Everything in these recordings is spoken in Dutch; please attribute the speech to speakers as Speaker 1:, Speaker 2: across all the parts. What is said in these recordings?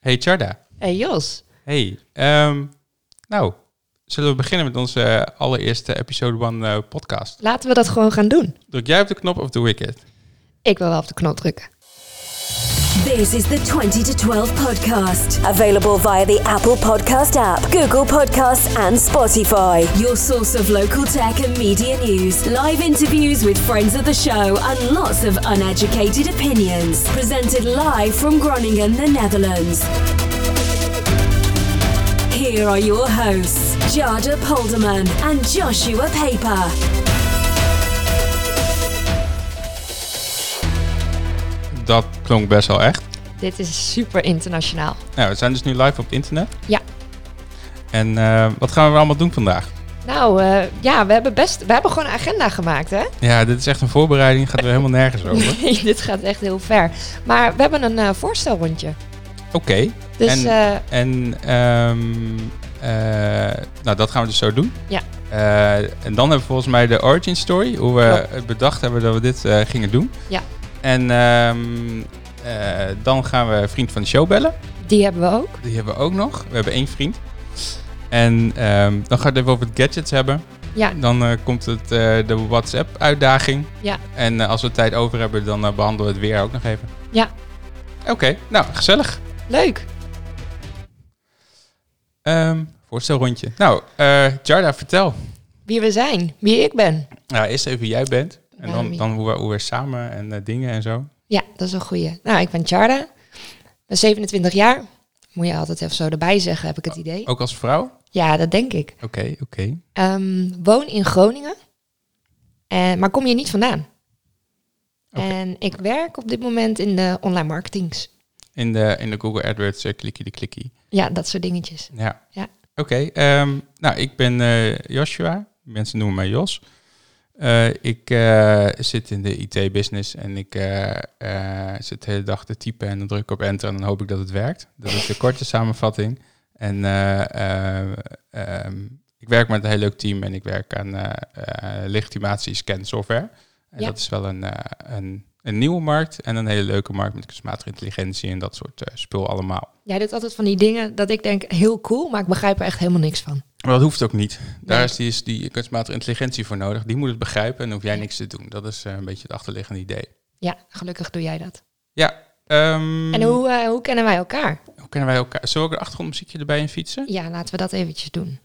Speaker 1: Hey Charda.
Speaker 2: Hey Jos.
Speaker 1: Hey. ehm, nou, zullen we beginnen met onze eh, allereerste episode 1 eh, podcast?
Speaker 2: Laten we dat gewoon gaan doen.
Speaker 1: Druk jij op de knop of doe ik het?
Speaker 2: Ik wil wel op de knop drukken.
Speaker 3: This is the 20 to 12 podcast, available via the Apple Podcast app, Google Podcasts, and Spotify. Your source of local tech and media news, live interviews with friends of the show, and lots of uneducated opinions. Presented live from Groningen, the Netherlands. Here are your hosts, Jada Polderman and Joshua Paper.
Speaker 1: Dat klonk best wel echt.
Speaker 2: Dit is super internationaal.
Speaker 1: Nou, we zijn dus nu live op het internet.
Speaker 2: Ja.
Speaker 1: En eh, wat gaan we allemaal doen vandaag?
Speaker 2: Nou eh, ja, we hebben, best, we hebben gewoon een agenda gemaakt hè.
Speaker 1: Ja, dit is echt een voorbereiding. Gaat er helemaal nergens over. Oké.
Speaker 2: Nee, dit gaat echt heel ver. Maar we hebben een eh, voorstelrondje. Dus
Speaker 1: En-
Speaker 2: eh,
Speaker 1: En ehm, eh, nou, dat gaan we dus zo doen.
Speaker 2: Ja.
Speaker 1: Eh, en dan hebben we volgens mij de origin story. Hoe we
Speaker 2: Klopt.
Speaker 1: het bedacht hebben dat we dit eh, gingen doen.
Speaker 2: Ja.
Speaker 1: En ehm, eh, dan gaan we vriend van de show bellen.
Speaker 2: die hebben we ook.
Speaker 1: Die hebben we ook nog. We hebben één vriend. En ehm, dan gaat het even over het gadgets hebben.
Speaker 2: Ja.
Speaker 1: Dan eh, komt het, eh, de WhatsApp-uitdaging.
Speaker 2: Ja.
Speaker 1: En eh, als we tijd over hebben, dan eh, behandelen we het weer ook nog even.
Speaker 2: Ja.
Speaker 1: Oké, nou, gezellig.
Speaker 2: Leuk.
Speaker 1: Ehm voorstelrondje. Nou, eh Jarda, vertel.
Speaker 2: Wie we zijn. Wie ik ben.
Speaker 1: Nou, eerst even wie jij bent. En
Speaker 2: Waarom
Speaker 1: dan,
Speaker 2: ik?
Speaker 1: dan hoe, we, hoe we samen en eh, dingen en zo.
Speaker 2: Ja, dat is een goeie. Nou, ik ben Charda. ben 27 jaar. Moet je altijd even zo erbij zeggen, heb ik het idee.
Speaker 1: Ook als vrouw? Oké,
Speaker 2: Ja, dat denk ik.
Speaker 1: oké.
Speaker 2: Ehm, woon in Groningen. En, maar kom hier niet vandaan.
Speaker 1: Oké.
Speaker 2: En ik werk op dit moment in de online marketings.
Speaker 1: In, de, in de Google AdWords eh, klikkie de klikkie.
Speaker 2: Ja, dat soort dingetjes.
Speaker 1: Ja.
Speaker 2: Ja.
Speaker 1: Oké, ehm, nou, ik ben eh, Joshua. Mensen noemen mij Jos. Eh, ik eh, zit in de IT-business en ik eh, eh, zit de hele dag te typen en dan druk ik op enter en dan hoop ik dat het werkt. Dat is de korte samenvatting. En eh, eh, ehm, ik werk met een heel leuk team en ik werk aan eh eh, legitimatie-scan software. En
Speaker 2: Ja.
Speaker 1: dat is wel een, eh, een, een nieuwe markt en een hele leuke markt met kunstmatige intelligentie en dat soort eh, spul allemaal.
Speaker 2: Jij doet altijd van die dingen dat ik denk heel cool, maar ik begrijp er echt helemaal niks van.
Speaker 1: Maar dat hoeft ook niet. Daar
Speaker 2: Nee.
Speaker 1: is die, is die kunstmatige intelligentie voor nodig. Die moet het begrijpen en dan hoef jij niks te doen. Dat is eh, een beetje het achterliggende idee.
Speaker 2: Ja, gelukkig doe jij dat.
Speaker 1: Ja. ehm,
Speaker 2: En hoe, eh, hoe kennen wij elkaar?
Speaker 1: hoe kennen wij elkaar? Zullen we ook een achtergrondmuziekje erbij in fietsen?
Speaker 2: Ja, laten we dat eventjes doen.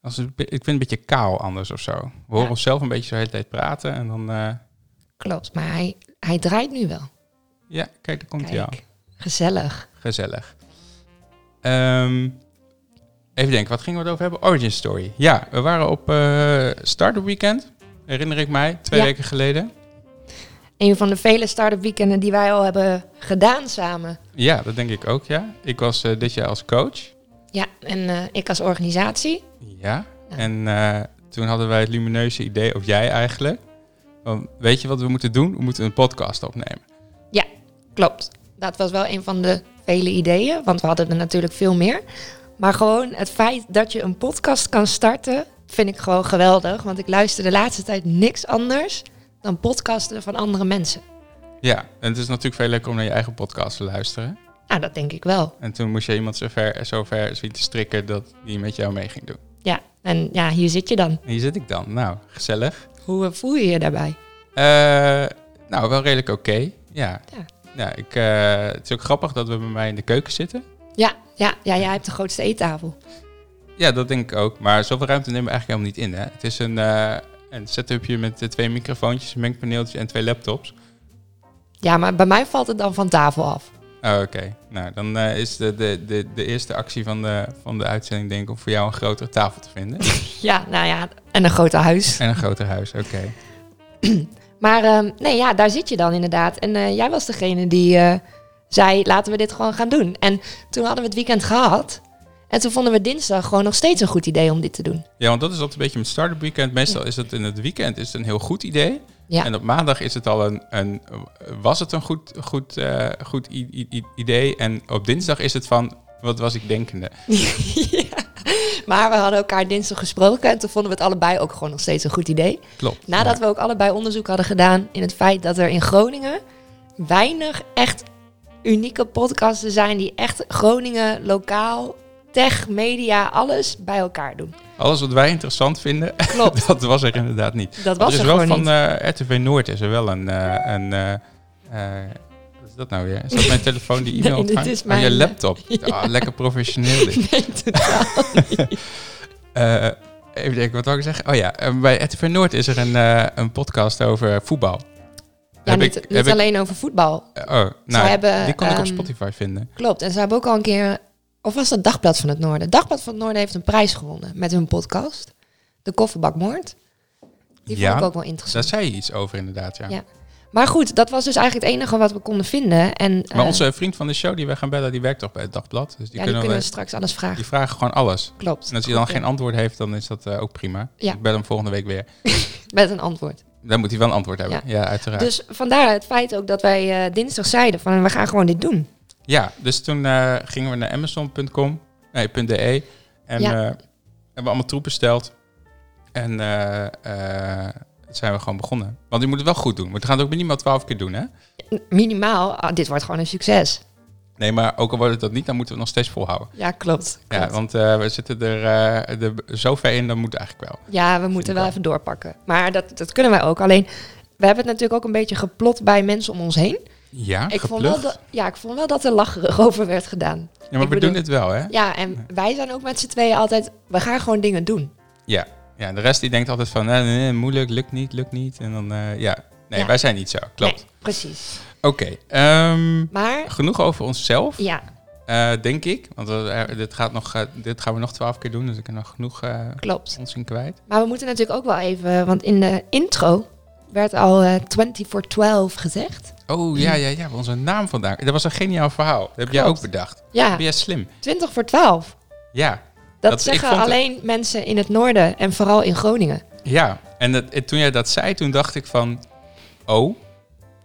Speaker 1: Als het, ik vind het een beetje kaal anders of zo. We horen onszelf een beetje zo de hele tijd praten en dan... eh,
Speaker 2: Klopt, maar hij, hij draait nu wel.
Speaker 1: ja, kijk, daar komt hij al.
Speaker 2: Kijk, gezellig.
Speaker 1: Gezellig. Ehm, even denken, wat gingen we het over hebben? Origin Story. Ja, we waren op eh Startup Weekend, herinner ik mij, twee
Speaker 2: Ja.
Speaker 1: weken geleden.
Speaker 2: Een van de vele start-up weekenden die wij al hebben gedaan samen.
Speaker 1: Ja, dat denk ik ook, ja. Ik was eh, dit jaar als coach.
Speaker 2: Ja, en eh, ik als organisatie.
Speaker 1: Ja,
Speaker 2: Ja.
Speaker 1: en eh, toen hadden wij het lumineuze idee, of jij eigenlijk, van weet je wat we moeten doen? We moeten een podcast opnemen.
Speaker 2: Ja, klopt. Dat was wel een van de vele ideeën, want we hadden er natuurlijk veel meer. Maar gewoon het feit dat je een podcast kan starten, vind ik gewoon geweldig. Want ik luister de laatste tijd niks anders dan podcasten van andere mensen.
Speaker 1: Ja, en het is natuurlijk veel leuker om naar je eigen podcast te luisteren.
Speaker 2: Nou, dat denk ik wel.
Speaker 1: En toen moest je iemand zover, zover zien te strikken dat die met jou mee ging doen.
Speaker 2: Ja, en ja, hier zit je dan.
Speaker 1: En hier zit ik dan. Nou, gezellig.
Speaker 2: Hoe eh, voel je je daarbij?
Speaker 1: Eh, nou, wel redelijk oké. Ja.
Speaker 2: Ja.
Speaker 1: Ja, ik, eh, het is ook grappig dat we bij mij in de keuken zitten.
Speaker 2: Ja, ja, ja, jij hebt de grootste eettafel.
Speaker 1: Ja, dat denk ik ook. Maar zoveel ruimte nemen we eigenlijk helemaal niet in. Hè? Het is een, eh een setupje met eh, twee microfoontjes, een mengpaneeltje en twee laptops.
Speaker 2: Ja, maar bij mij valt het dan van tafel af.
Speaker 1: Oh, Oké, nou dan eh, is de, de, de, de eerste actie van de, van de uitzending denk ik om voor jou een grotere tafel te vinden.
Speaker 2: Ja, nou ja, en een grote huis.
Speaker 1: en een groter huis, oké.
Speaker 2: Maar ehm, nee, ja, daar zit je dan inderdaad. En eh, jij was degene die eh, zei, laten we dit gewoon gaan doen. En toen hadden we het weekend gehad. En toen vonden we dinsdag gewoon nog steeds een goed idee om dit te doen.
Speaker 1: Ja, want dat is altijd een beetje met Startup Weekend. Meestal is het in het weekend is het een heel goed idee.
Speaker 2: Ja.
Speaker 1: En op maandag is het al een, een was het een goed, goed, eh, goed i- i- i- idee. En op dinsdag is het van, wat was ik denkende?
Speaker 2: Maar we hadden elkaar dinsdag gesproken en toen vonden we het allebei ook gewoon nog steeds een goed idee.
Speaker 1: Klopt.
Speaker 2: Nadat
Speaker 1: Ja.
Speaker 2: we ook allebei onderzoek hadden gedaan in het feit dat er in Groningen weinig echt unieke podcasts te zijn die echt Groningen, lokaal, tech, media, alles bij elkaar doen.
Speaker 1: Alles wat wij interessant vinden,
Speaker 2: Klopt.
Speaker 1: dat was er inderdaad niet.
Speaker 2: Dat
Speaker 1: Want
Speaker 2: was
Speaker 1: er
Speaker 2: er
Speaker 1: is wel
Speaker 2: gewoon
Speaker 1: van
Speaker 2: niet.
Speaker 1: eh, RTV Noord is er wel een. eh, een eh, eh, wat is dat nou weer? Is dat mijn telefoon die e-mail
Speaker 2: Nee, dit
Speaker 1: ontvangt?
Speaker 2: is
Speaker 1: Oh,
Speaker 2: mijn,
Speaker 1: je
Speaker 2: eh,
Speaker 1: laptop. Ah, lekker professioneel dit.
Speaker 2: Nee, totaal niet.
Speaker 1: Eh, even denken, wat wil ik zeggen? Oh ja, eh, bij RTV Noord is er een, eh, een podcast over voetbal.
Speaker 2: Ja,
Speaker 1: Heb
Speaker 2: niet
Speaker 1: ik- heb
Speaker 2: niet
Speaker 1: ik-
Speaker 2: alleen over voetbal.
Speaker 1: oh, nou,
Speaker 2: hebben,
Speaker 1: die kon ik op
Speaker 2: ehm,
Speaker 1: Spotify vinden.
Speaker 2: Klopt. En ze hebben ook al een keer. Of was dat Dagblad van het Noorden? Dagblad van het Noorden heeft een prijs gewonnen met hun podcast. De Kofferbakmoord. Die
Speaker 1: Ja,
Speaker 2: vond ik ook wel
Speaker 1: Daar
Speaker 2: interessant.
Speaker 1: zei je iets over inderdaad, ja.
Speaker 2: Ja. Maar goed, dat was dus eigenlijk het enige wat we konden vinden. En,
Speaker 1: Maar
Speaker 2: eh,
Speaker 1: onze vriend van de show die we gaan bellen, die werkt toch bij het Dagblad. Dus die,
Speaker 2: ja, die
Speaker 1: kunnen
Speaker 2: kunnen we
Speaker 1: we,
Speaker 2: straks alles vragen.
Speaker 1: die vragen gewoon alles.
Speaker 2: Klopt.
Speaker 1: En als hij dan
Speaker 2: Goed,
Speaker 1: geen antwoord heeft, dan is dat eh, ook prima.
Speaker 2: Ja.
Speaker 1: Ik bel hem volgende week weer.
Speaker 2: ja. Met een antwoord.
Speaker 1: Dan moet hij wel een antwoord hebben. Ja, uiteraard.
Speaker 2: Dus vandaar het feit ook dat wij eh, dinsdag zeiden van we gaan gewoon dit doen.
Speaker 1: ja, dus toen eh, gingen we naar amazon.com, nee, .de. En
Speaker 2: Ja.
Speaker 1: eh, hebben we allemaal troep besteld. En eh, eh, zijn we gewoon begonnen. Want je moet het wel goed doen. Want we gaan het ook minimaal twaalf keer doen, hè?
Speaker 2: N- Minimaal, ah, dit wordt gewoon een succes.
Speaker 1: Nee, maar ook al wordt het dat niet, dan moeten we het nog steeds volhouden.
Speaker 2: Ja, klopt. klopt.
Speaker 1: Ja,
Speaker 2: Ja,
Speaker 1: want eh, we zitten er, eh er zo ver in, dat moet eigenlijk wel.
Speaker 2: we moeten
Speaker 1: ik
Speaker 2: wel
Speaker 1: wel.
Speaker 2: even doorpakken. Maar dat, dat kunnen wij ook. Alleen, we hebben het natuurlijk ook een beetje geplot bij mensen om ons heen.
Speaker 1: Ja,
Speaker 2: Ik vond,
Speaker 1: geplukt.
Speaker 2: wel dat, ja, ik vond wel dat er lacherig over werd gedaan.
Speaker 1: Ja, maar
Speaker 2: ik
Speaker 1: we
Speaker 2: bedoel-
Speaker 1: doen het wel, hè?
Speaker 2: Ja, en wij zijn ook met z'n tweeën altijd, we gaan gewoon dingen doen.
Speaker 1: Ja. ja, de rest die denkt altijd van, nee, nee, nee, moeilijk, lukt niet, lukt niet. En dan, eh, ja. Nee,
Speaker 2: Ja.
Speaker 1: wij zijn niet zo, klopt.
Speaker 2: Nee, precies.
Speaker 1: Oké, ehm,
Speaker 2: Maar,
Speaker 1: genoeg over onszelf,
Speaker 2: ja,
Speaker 1: eh, denk ik. Want we- eh, dit, gaat nog, eh, dit gaan we nog twaalf keer doen, dus ik heb nog genoeg eh
Speaker 2: klopt.
Speaker 1: ons in kwijt.
Speaker 2: Maar we moeten natuurlijk ook wel even, want in de intro werd al eh 20 voor 12 gezegd.
Speaker 1: Oh, ja, ja, ja, onze naam vandaag. Dat was een geniaal verhaal. Dat heb jij
Speaker 2: Klopt.
Speaker 1: ook bedacht.
Speaker 2: Ja,
Speaker 1: Ben jij slim?
Speaker 2: 20 voor 12.
Speaker 1: Ja.
Speaker 2: Dat,
Speaker 1: Dat- ik
Speaker 2: zeggen
Speaker 1: vond het-
Speaker 2: alleen mensen in het noorden en vooral in Groningen.
Speaker 1: Ja, en dat, en toen jij dat zei, toen dacht ik van, oh.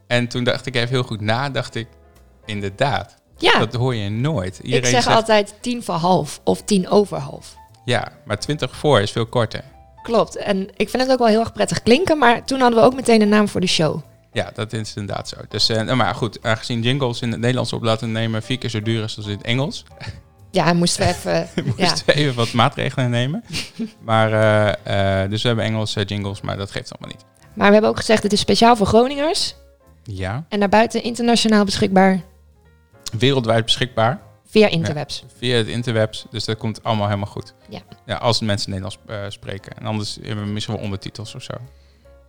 Speaker 1: En toen dacht ik even heel goed na, dacht ik, inderdaad.
Speaker 2: Ja,
Speaker 1: Dat hoor je nooit.
Speaker 2: ik zeg
Speaker 1: zegt-
Speaker 2: altijd 10 voor half of 10 over half.
Speaker 1: Ja, maar 20 voor is veel korter.
Speaker 2: Klopt. En ik vind het ook wel heel erg prettig klinken, maar toen hadden we ook meteen een naam voor de show.
Speaker 1: Ja, dat is inderdaad zo. Dus, eh, nou, maar goed, aangezien jingles in het Nederlands op laten nemen vier keer zo duur is als in het Engels,
Speaker 2: Ja, hij moest even. ja.
Speaker 1: moesten we even wat maatregelen nemen. maar, eh, eh, dus we hebben Engelse jingles, maar dat geeft allemaal niet.
Speaker 2: Maar we hebben ook gezegd: het is speciaal voor Groningers
Speaker 1: Ja,
Speaker 2: en daarbuiten internationaal beschikbaar
Speaker 1: wereldwijd beschikbaar
Speaker 2: via interwebs.
Speaker 1: via het interwebs, dus dat komt allemaal helemaal goed.
Speaker 2: Ja.
Speaker 1: ja als mensen Nederlands eh, spreken. En anders hebben we misschien wel ondertitels of zo.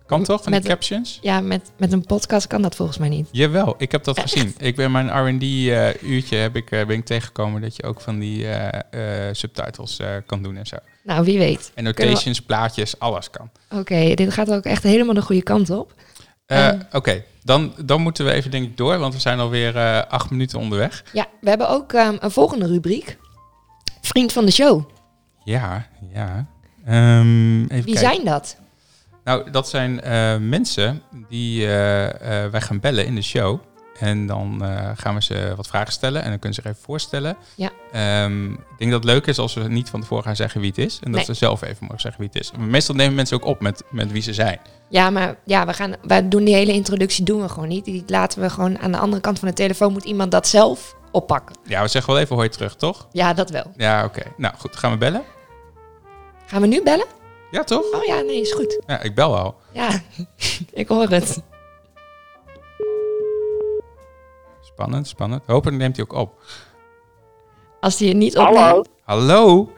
Speaker 1: Kan toch, van
Speaker 2: Met-
Speaker 1: die captions?
Speaker 2: Ja, met, met een podcast kan dat volgens mij niet.
Speaker 1: Jawel, ik heb dat
Speaker 2: Echt?
Speaker 1: gezien. Ik ben mijn R&D-uurtje heb ik eh, ben ik tegengekomen dat je ook van die eh, eh, subtitles eh, kan doen en zo.
Speaker 2: Nou, wie weet.
Speaker 1: En notations, plaatjes, alles kan.
Speaker 2: Oké, dit gaat ook echt helemaal de goede kant op.
Speaker 1: Eh,
Speaker 2: Ehm.
Speaker 1: Oké, dan, dan moeten we even denk ik door, want we zijn alweer eh acht minuten onderweg.
Speaker 2: Ja, we hebben ook ehm, een volgende rubriek. Vriend van de show.
Speaker 1: Ja, ja. Ehm, even
Speaker 2: Wie
Speaker 1: kijken.
Speaker 2: zijn dat?
Speaker 1: Nou, dat zijn eh, mensen die eh, eh, wij gaan bellen in de show. En dan eh, gaan we ze wat vragen stellen en dan kunnen ze zich even voorstellen.
Speaker 2: Ja.
Speaker 1: Ehm, ik denk dat het leuk is als we niet van tevoren gaan zeggen wie het is. En dat
Speaker 2: Nee.
Speaker 1: ze zelf even mogen zeggen wie het is. Meestal nemen mensen ook op met, met wie ze zijn.
Speaker 2: Ja, maar ja, we, gaan, we doen die hele introductie doen we gewoon niet. Die laten we gewoon aan de andere kant van de telefoon. Moet iemand dat zelf oppakken?
Speaker 1: Ja, we zeggen wel even hoi terug, toch?
Speaker 2: Ja, dat wel.
Speaker 1: Ja, oké. Nou goed, gaan we bellen?
Speaker 2: Gaan we nu bellen?
Speaker 1: Ja, toch?
Speaker 2: Oh ja, nee, is goed.
Speaker 1: Ja, ik bel al.
Speaker 2: Ja, ik hoor het.
Speaker 1: Spannend, spannend. Hopelijk neemt hij ook op.
Speaker 2: Als die het niet opneemt.
Speaker 4: Hallo,
Speaker 1: Hallo.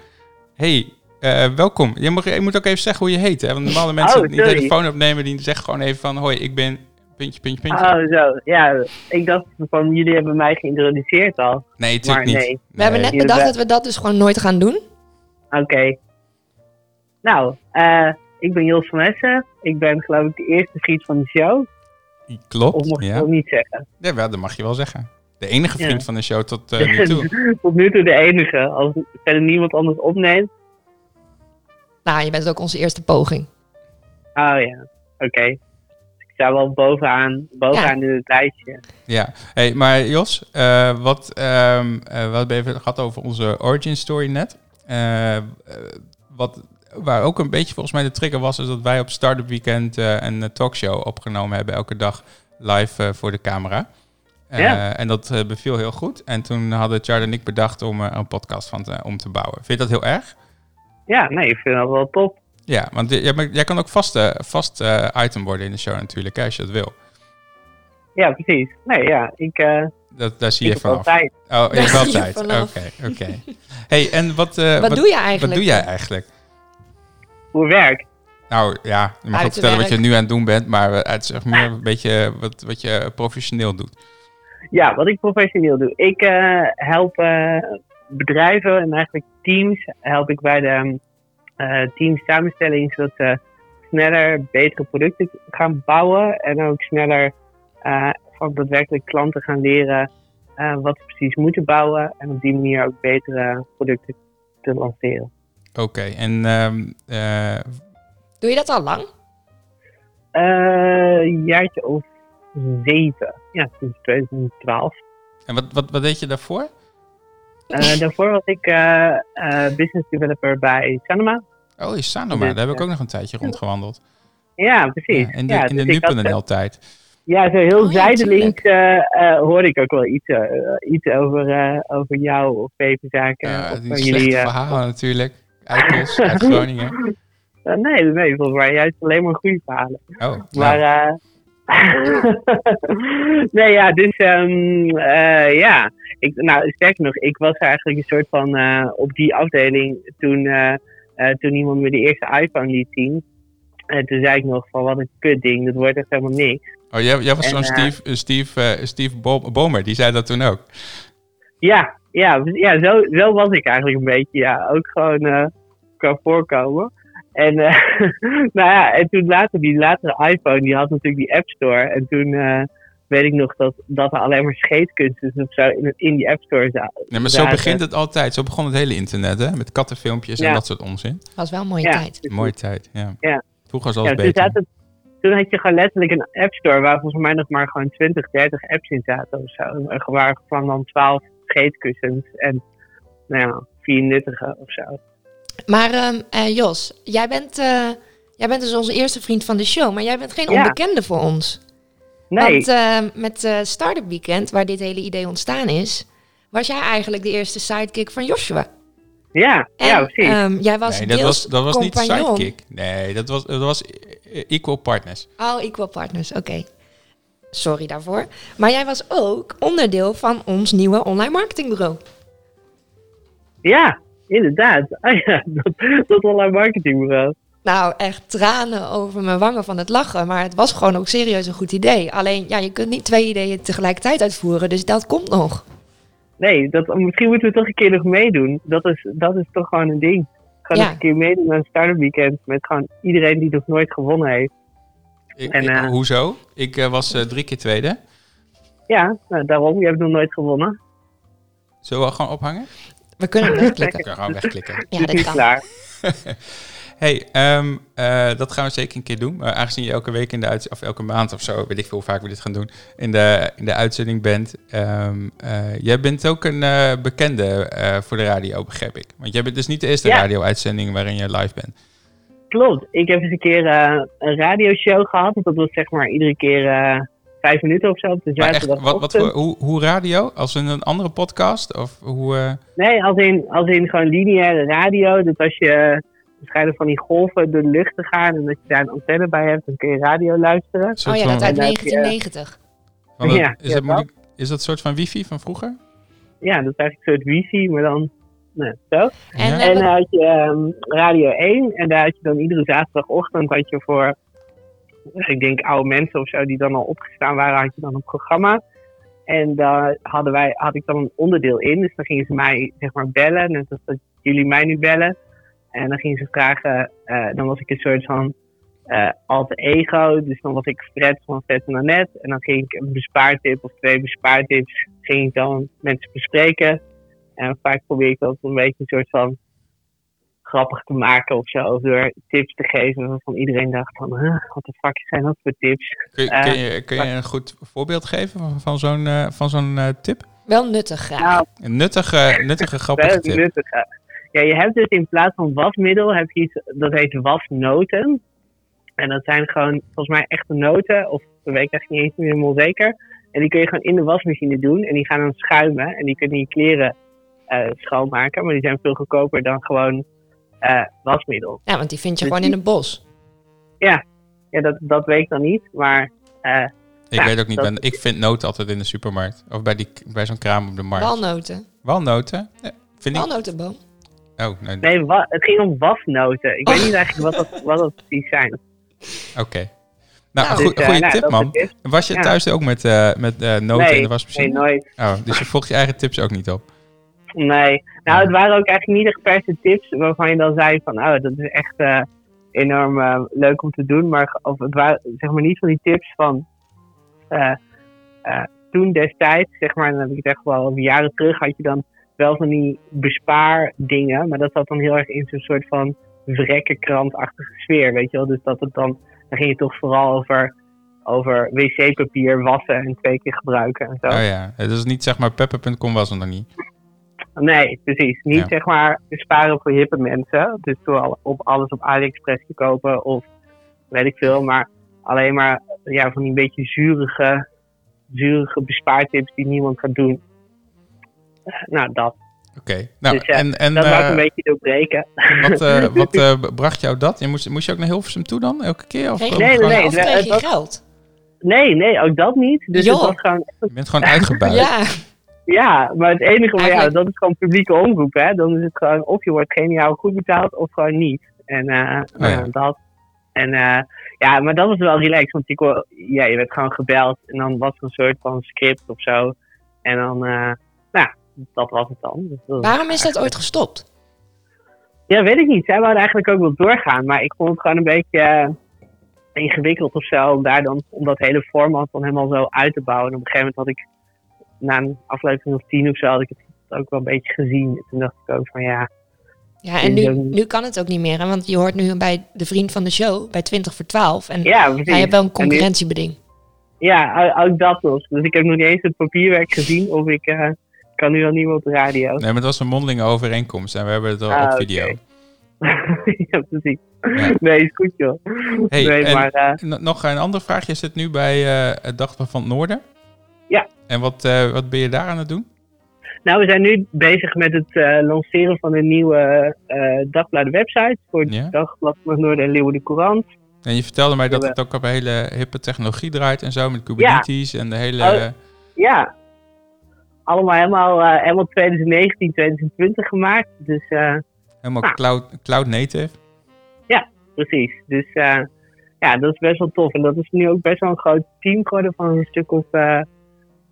Speaker 1: Hey, eh, welkom. Je, mag, je moet ook even zeggen hoe je heet. Hè? Want normale mensen die
Speaker 4: Oh, sorry.
Speaker 1: telefoon opnemen, die zeggen gewoon even van... Hoi, ik ben... Puntje, puntje, puntje.
Speaker 4: oh zo. Ja, ik dacht van jullie hebben mij geïntroduceerd al.
Speaker 1: nee, natuurlijk
Speaker 4: maar
Speaker 1: niet.
Speaker 4: nee.
Speaker 2: We hebben net
Speaker 1: Nee.
Speaker 2: bedacht dat we dat dus gewoon nooit gaan doen.
Speaker 4: Oké. Nou, eh, ik ben Jos van Essen. Ik ben geloof ik de eerste vriend van de show. Of
Speaker 1: Klopt,
Speaker 4: mocht ik
Speaker 1: ja.
Speaker 4: dat niet zeggen?
Speaker 1: ja wel, dat mag je wel zeggen. De enige
Speaker 4: Ja.
Speaker 1: vriend van de show tot eh, nu toe.
Speaker 4: Tot nu toe de enige. Als verder niemand anders opneemt.
Speaker 2: Nou, je bent ook onze eerste poging.
Speaker 4: Oh ja, oké. Ik sta wel bovenaan, bovenaan in het lijstje.
Speaker 1: Ja, hey, maar Jos, eh, wat, ehm eh, we hebben even gehad over onze origin story net. Eh, eh, wat, waar ook een beetje volgens mij de trigger was, is dat wij op Startup Weekend eh, een eh, talkshow opgenomen hebben elke dag live eh, voor de camera. Eh,
Speaker 4: Ja.
Speaker 1: En dat eh, beviel heel goed. En toen hadden Chard en ik bedacht om eh, een podcast van te- om te bouwen. Vind je dat heel erg?
Speaker 4: Ja, nee, ik vind dat wel top.
Speaker 1: Ja, want j- jij, maar jij kan ook vast, eh, vast eh, item worden in de show natuurlijk, hè, als je dat wil.
Speaker 4: Ja, precies. Nee, ja, ik, eh
Speaker 1: Dat, daar zie
Speaker 4: ik
Speaker 1: je
Speaker 4: heb wel
Speaker 1: vanaf.
Speaker 4: tijd.
Speaker 1: Oh, je hebt wel
Speaker 2: zie je
Speaker 1: tijd. Oké,
Speaker 2: vanaf.
Speaker 1: oké. Hey, en wat, eh,
Speaker 2: Wat doe je eigenlijk?
Speaker 1: Wat doe jij eigenlijk?
Speaker 4: Hoe werk?
Speaker 1: Nou ja, je mag
Speaker 2: Uit
Speaker 1: ook
Speaker 2: het
Speaker 1: vertellen wat je
Speaker 2: werk.
Speaker 1: nu aan het doen bent, maar eh, het is echt meer een beetje wat, wat je professioneel doet.
Speaker 4: Ja, wat ik professioneel doe. Ik eh, help eh, bedrijven en eigenlijk teams help ik bij de eh team samenstelling, zodat ze sneller betere producten gaan bouwen en ook sneller eh, van daadwerkelijk klanten gaan leren eh, wat ze precies moeten bouwen en op die manier ook betere producten te lanceren.
Speaker 1: Oké, en ehm, eh,
Speaker 2: Doe je dat al lang?
Speaker 4: Eh, Een jaartje of zeven, ja, sinds 2012.
Speaker 1: En wat, wat, wat deed je daarvoor?
Speaker 4: Eh, daarvoor was ik eh, eh, business developer bij Sanoma.
Speaker 1: Oh, is Sanoma.
Speaker 4: Ja.
Speaker 1: Daar heb ik ook nog een tijdje rondgewandeld.
Speaker 4: Ja, precies.
Speaker 1: Ja,
Speaker 4: Ja,
Speaker 1: in de, in de
Speaker 4: dus ik had, eh,
Speaker 1: nu.nl tijd.
Speaker 4: ja, zo heel
Speaker 2: Oh ja,
Speaker 4: zijdelings eh, eh, hoorde ik ook wel iets, eh, eh, iets over, eh, over jou of Peperzaken.
Speaker 1: Ja,
Speaker 4: of
Speaker 1: die
Speaker 4: van
Speaker 1: slechte
Speaker 4: jullie. eh,
Speaker 1: verhalen natuurlijk. Uit Os, uit Groningen.
Speaker 4: eh, nee, nee, volgens mij juist alleen maar goede verhalen.
Speaker 1: Oh, nou,
Speaker 4: Maar. eh, nee, ja, dus ehm, eh, ja. Ik, nou, sterker nog, ik was eigenlijk een soort van eh, op die afdeling toen, eh, eh, toen iemand me de eerste iPhone liet zien. En toen zei ik nog van wat een kut ding, dat wordt echt helemaal niks.
Speaker 1: oh jij, jij was
Speaker 4: en,
Speaker 1: zo'n
Speaker 4: eh,
Speaker 1: Steve, eh, Steve, eh, Steve Bo- Bomer, die zei dat toen ook.
Speaker 4: Ja, ja, ja zo, zo was ik eigenlijk een beetje. Ja, ook gewoon eh, qua voorkomen. En, eh, nou ja, en toen later, die latere iPhone, die had natuurlijk die App Store. En toen eh, weet ik nog dat, dat er alleen maar scheetkunstjes of zo in, in die App Store zaten.
Speaker 1: Nee, maar zo
Speaker 4: Inderdaad,
Speaker 1: begint het altijd. Zo begon het hele internet, hè? Met kattenfilmpjes en
Speaker 4: Ja.
Speaker 1: dat soort onzin.
Speaker 2: Was wel een mooie tijd.
Speaker 4: precies.
Speaker 1: Mooie tijd, ja.
Speaker 4: Ja.
Speaker 1: Vroeger was
Speaker 4: Ja, dus
Speaker 1: alles
Speaker 4: toen,
Speaker 1: beter.
Speaker 4: zaten, toen had je gewoon letterlijk een App Store waar volgens mij nog maar gewoon 20, 30 apps in zaten of zo. En Waar van dan 12 scheetkussens en nou ja, 34 of zo.
Speaker 2: Maar ehm, eh, Jos, jij bent, eh, jij bent dus onze eerste vriend van de show, maar jij bent geen
Speaker 4: Ja.
Speaker 2: onbekende voor ons.
Speaker 4: Nee.
Speaker 2: Want ehm, met eh Startup Weekend, waar dit hele idee ontstaan is, was jij eigenlijk de eerste sidekick van Joshua.
Speaker 4: Ja, ja,
Speaker 2: En,
Speaker 4: precies.
Speaker 2: ehm, jij was
Speaker 1: Nee,
Speaker 2: deels
Speaker 1: dat was, dat was niet
Speaker 2: compagnon.
Speaker 1: sidekick. Nee, dat was, dat was eh, equal partners.
Speaker 2: Oh, Equal Partners, oké. Sorry daarvoor. Maar jij was ook onderdeel van ons nieuwe online marketingbureau.
Speaker 4: Ja, inderdaad. Ah, ja, dat, dat online marketingbureau.
Speaker 2: Nou, echt tranen over mijn wangen van het lachen. Maar het was gewoon ook serieus een goed idee. Alleen, ja, je kunt niet twee ideeën tegelijkertijd uitvoeren. Dus dat komt nog.
Speaker 4: Nee, dat, misschien moeten we toch een keer nog meedoen. Dat is, dat is toch gewoon een ding. Gewoon
Speaker 2: Ja.
Speaker 4: nog een keer meedoen aan een start-up weekend met gewoon iedereen die nog nooit gewonnen heeft.
Speaker 1: Ik,
Speaker 4: En,
Speaker 1: ik-
Speaker 4: eh,
Speaker 1: hoezo? Ik eh, was eh, drie keer tweede.
Speaker 4: Ja, nou, daarom, je hebt nog nooit gewonnen.
Speaker 1: Zullen we gewoon ophangen?
Speaker 2: We kunnen het
Speaker 1: Ik
Speaker 2: wegklikken.
Speaker 1: kan gewoon wegklikken.
Speaker 2: Ja,
Speaker 4: Het Dus is
Speaker 2: dat
Speaker 4: nu
Speaker 2: kan.
Speaker 4: klaar.
Speaker 1: Hey, ehm, eh, dat gaan we zeker een keer doen. Maar aangezien je elke week in de uitzending, of elke maand of zo, weet ik veel hoe vaak we dit gaan doen, in de, in de uitzending bent. ehm, eh, jij bent ook een eh, bekende eh, voor de radio, begrijp ik. Want jij bent dus niet de eerste
Speaker 4: Ja.
Speaker 1: radio-uitzending waarin je live bent.
Speaker 4: Klopt. Ik heb eens een keer eh, een radioshow gehad. Dat was zeg maar iedere keer eh, vijf minuten of zo. op de
Speaker 1: Maar echt, wat, wat
Speaker 4: zaterdagochtend.
Speaker 1: voor, hoe, hoe radio? Als in een andere podcast? Of hoe... eh,
Speaker 4: Nee, als in, als in gewoon lineaire radio. Dat als je eh, waarschijnlijk van die golven door de lucht te gaan en dat je daar een antenne bij hebt, dan kun je radio luisteren.
Speaker 1: soort
Speaker 2: Oh ja,
Speaker 1: van-
Speaker 2: dat uit
Speaker 4: Dan heb je-
Speaker 2: 1990.
Speaker 1: van dat-
Speaker 4: Ja,
Speaker 1: is,
Speaker 4: ja,
Speaker 1: dat,
Speaker 4: wel.
Speaker 1: moet ik- is dat een soort van wifi van vroeger?
Speaker 4: Ja, dat is eigenlijk een soort wifi, maar dan nou, zo.
Speaker 2: En,
Speaker 1: Ja.
Speaker 2: eh, wat-
Speaker 4: En dan had je ehm, Radio 1 en daar had je dan iedere zaterdagochtend had je voor, eh, ik denk oude mensen of zo die dan al opgestaan waren, had je dan een programma. En daar hadden wij, had ik dan een onderdeel in, dus dan gingen ze mij zeg maar bellen, net als dat jullie mij nu bellen. En dan gingen ze vragen, eh, dan was ik een soort van eh alter ego, dus dan was ik Fred van Fred en Annette. En dan ging ik een bespaartip of twee bespaartips, ging ik dan mensen bespreken. En vaak probeer ik dat een beetje een soort van grappig te maken of zo. Of door tips te geven waarvan iedereen dacht van, huh, wat de fuck zijn dat voor tips?
Speaker 1: Kun, je-
Speaker 4: Eh,
Speaker 1: kun je, kun je een goed voorbeeld geven van, van zo'n eh, van zo'n eh, tip?
Speaker 2: wel nuttig graag.
Speaker 4: Nou,
Speaker 1: Een nuttige, nuttige grappige
Speaker 4: dat is
Speaker 1: tip.
Speaker 4: nuttig. hè. Ja, je hebt dus in plaats van wasmiddel, heb je iets dat heet wasnoten. En dat zijn gewoon volgens mij echte noten, of dat weet ik echt niet eens meer helemaal zeker. En die kun je gewoon in de wasmachine doen. En die gaan dan schuimen. En die kunnen je kleren eh, schoonmaken. Maar die zijn veel goedkoper dan gewoon eh, wasmiddel.
Speaker 2: Ja, want die vind je gewoon in het bos.
Speaker 4: Ja, dat, dat weet ik dan niet. Maar eh,
Speaker 1: Ik
Speaker 4: Ja,
Speaker 1: weet ook niet,
Speaker 4: dat-
Speaker 1: ben, ik vind noten altijd in de supermarkt. Of bij, die, bij zo'n kraam op de markt.
Speaker 2: Walnoten.
Speaker 1: Walnoten? Ja, vind ik.
Speaker 2: Walnotenboom.
Speaker 1: Oh, nee.
Speaker 4: nee, wa- het ging om wasnoten.
Speaker 1: Oh.
Speaker 4: Ik weet niet eigenlijk wat dat, wat dat precies zijn.
Speaker 1: Oké. Nou,
Speaker 2: Nou,
Speaker 1: een goe-
Speaker 4: Dus, eh,
Speaker 1: goede
Speaker 4: nou,
Speaker 1: tip,
Speaker 4: dat
Speaker 1: man.
Speaker 4: is het.
Speaker 1: Was je
Speaker 4: Ja.
Speaker 1: thuis ook met, eh, met eh, noten
Speaker 4: Nee,
Speaker 1: in de
Speaker 4: Nee,
Speaker 1: wasmachine?
Speaker 4: nooit.
Speaker 1: Oh, dus je volgt je eigen tips ook niet op.
Speaker 4: Nee. Nou, het waren ook eigenlijk niet echt per se tips waarvan je dan zei van, oh, dat is echt eh, enorm eh, leuk om te doen. Maar ge- of het waren zeg maar niet van die tips van eh, eh, toen destijds, zeg maar, dan heb ik het echt wel over jaren terug, had je dan wel van die bespaardingen. Maar dat zat dan heel erg in zo'n soort van wrekkenkrantachtige sfeer, weet je wel. Dus dat het dan, dan ging je toch vooral over, over wc-papier wassen en twee keer gebruiken en zo.
Speaker 1: Oh ja, het is niet zeg maar pepper.com was er nog niet.
Speaker 4: Nee, precies. Niet
Speaker 1: Ja.
Speaker 4: zeg maar sparen voor hippe mensen. Dus door al- op alles op AliExpress te kopen of weet ik veel. Maar alleen maar ja, van die beetje zurige, zurige bespaartips die niemand gaat doen. Eh, Nou, dat.
Speaker 1: Oké. Nou,
Speaker 4: Dus ja,
Speaker 1: en, en
Speaker 4: dat laat
Speaker 1: eh,
Speaker 4: een beetje doorbreken.
Speaker 1: wat, eh, wat eh, bracht jou dat? Je moest, moest je ook naar Hilversum toe dan? Elke keer? Of
Speaker 2: Kreeg je
Speaker 1: gewoon-
Speaker 4: nee,
Speaker 2: gewoon-
Speaker 4: nee,
Speaker 2: Of
Speaker 4: nee,
Speaker 2: kreeg
Speaker 4: het
Speaker 2: je
Speaker 4: was-
Speaker 2: geld?
Speaker 4: Nee, nee, ook dat niet. Dus
Speaker 2: Joh.
Speaker 4: het was gewoon
Speaker 1: Je bent gewoon uitgebuit.
Speaker 2: Ja.
Speaker 4: Ja, maar het enige, maar ja,
Speaker 2: Eigenlijk-
Speaker 4: dat is gewoon publieke omroep, hè. Dan is het gewoon, of je wordt geniaal goed betaald, of gewoon niet. En eh,
Speaker 1: Oh ja.
Speaker 4: eh, dat. En eh, ja, maar dat was wel relaxed, want je, kon- ja, je werd gewoon gebeld. En dan was er een soort van script of zo. En dan, eh, nou, dat was het dan. Dus dat-
Speaker 2: Waarom is dat ooit gestopt?
Speaker 4: ja, weet ik niet. Zij wouden eigenlijk ook wel doorgaan, maar ik vond het gewoon een beetje eh, ingewikkeld of zo. Om, daar dan, om dat hele format dan helemaal zo uit te bouwen. En op een gegeven moment had ik, na een aflevering of tien of zo, had ik het ook wel een beetje gezien. En toen dacht ik ook van ja,
Speaker 2: Ja, en
Speaker 4: Ik
Speaker 2: nu,
Speaker 4: denk-
Speaker 2: nu kan het ook niet meer. Hè? Want je hoort nu bij de vriend van de show, bij 20 voor 12. En
Speaker 4: ja,
Speaker 2: hij
Speaker 4: precies.
Speaker 2: heeft wel een
Speaker 4: En nu-
Speaker 2: concurrentiebeding.
Speaker 4: Ja, ook- ook dat was. Dus ik heb nog niet eens het papierwerk gezien of ik eh, kan nu al niet meer op de radio.
Speaker 1: Nee, maar het was een mondelinge overeenkomst en we hebben het al
Speaker 4: Ah,
Speaker 1: op
Speaker 4: oké.
Speaker 1: video.
Speaker 4: ja, precies.
Speaker 1: Ja.
Speaker 4: Nee, is goed joh.
Speaker 1: Hey,
Speaker 4: nee,
Speaker 1: en-
Speaker 4: maar eh,
Speaker 1: N- nog een ander vraagje. Je zit nu bij eh, het Dagblad van het Noorden.
Speaker 4: Ja.
Speaker 1: En wat, eh, wat ben je daar aan het doen?
Speaker 4: Nou, we zijn nu bezig met het eh, lanceren van een nieuwe eh dagbladen website voor het
Speaker 1: Ja.
Speaker 4: Dagblad van het Noorden en Leeuwarden Courant.
Speaker 1: En je vertelde mij dat
Speaker 4: Ja.
Speaker 1: het ook op hele hippe technologie draait en zo, met Kubernetes en de hele... eh,
Speaker 4: Ja, allemaal helemaal, eh, helemaal 2019, 2020 gemaakt. Dus eh,
Speaker 1: helemaal
Speaker 4: Ah.
Speaker 1: cloud, cloud native.
Speaker 4: precies. Dus eh, ja, dat is best wel tof. En dat is nu ook best wel een groot team geworden van een stuk of eh,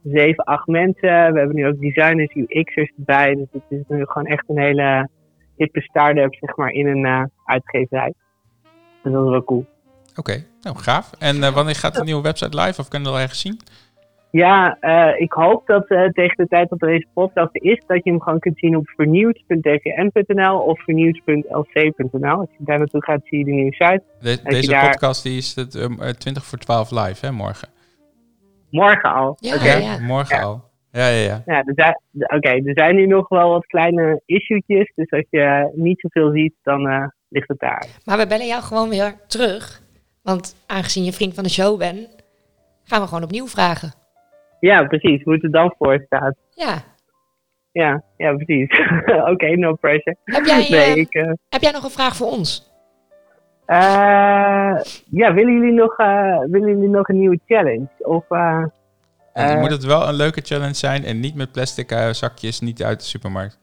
Speaker 4: zeven, acht mensen. We hebben nu ook designers, UX'ers erbij. Dus het is nu gewoon echt een hele hippe start-up, zeg maar, in een eh, uitgeverij. Dus dat is wel cool.
Speaker 1: Oké, nou gaaf. En eh, wanneer gaat de nieuwe website live of kunnen we dat ergens zien?
Speaker 4: Ja, eh, ik hoop dat eh, tegen de tijd dat er deze podcast er is, dat je hem gewoon kunt zien op vernieuwd.tvn.nl of vernieuwd.lc.nl. Als je daar naartoe gaat, zie je de nieuwe site.
Speaker 1: De-
Speaker 4: je
Speaker 1: deze
Speaker 4: daar-
Speaker 1: podcast die is het, ehm, eh, 20 voor 12 live, hè, morgen.
Speaker 4: Morgen al.
Speaker 2: Ja,
Speaker 4: Oké.
Speaker 1: Ja,
Speaker 2: ja.
Speaker 1: Morgen al. Ja, ja, ja.
Speaker 4: Ja, er, zijn, de- oké, er zijn nu nog wel wat kleine issuetjes, dus als je niet zoveel ziet, dan eh, ligt het daar.
Speaker 2: Maar we bellen jou gewoon weer terug. Want aangezien je vriend van de show bent, gaan we gewoon opnieuw vragen.
Speaker 4: Ja, precies, hoe het er dan voor staat.
Speaker 2: Ja.
Speaker 4: Ja, ja precies. oké, no pressure.
Speaker 2: Heb jij,
Speaker 4: Nee,
Speaker 2: eh,
Speaker 4: ik, eh,
Speaker 2: heb jij nog een vraag voor ons?
Speaker 4: eh, ja, willen jullie, nog, eh, willen jullie nog een nieuwe challenge? Of... eh,
Speaker 1: En dan
Speaker 4: Eh.
Speaker 1: moet het wel een leuke challenge zijn en niet met plastic eh, zakjes, niet uit de supermarkt.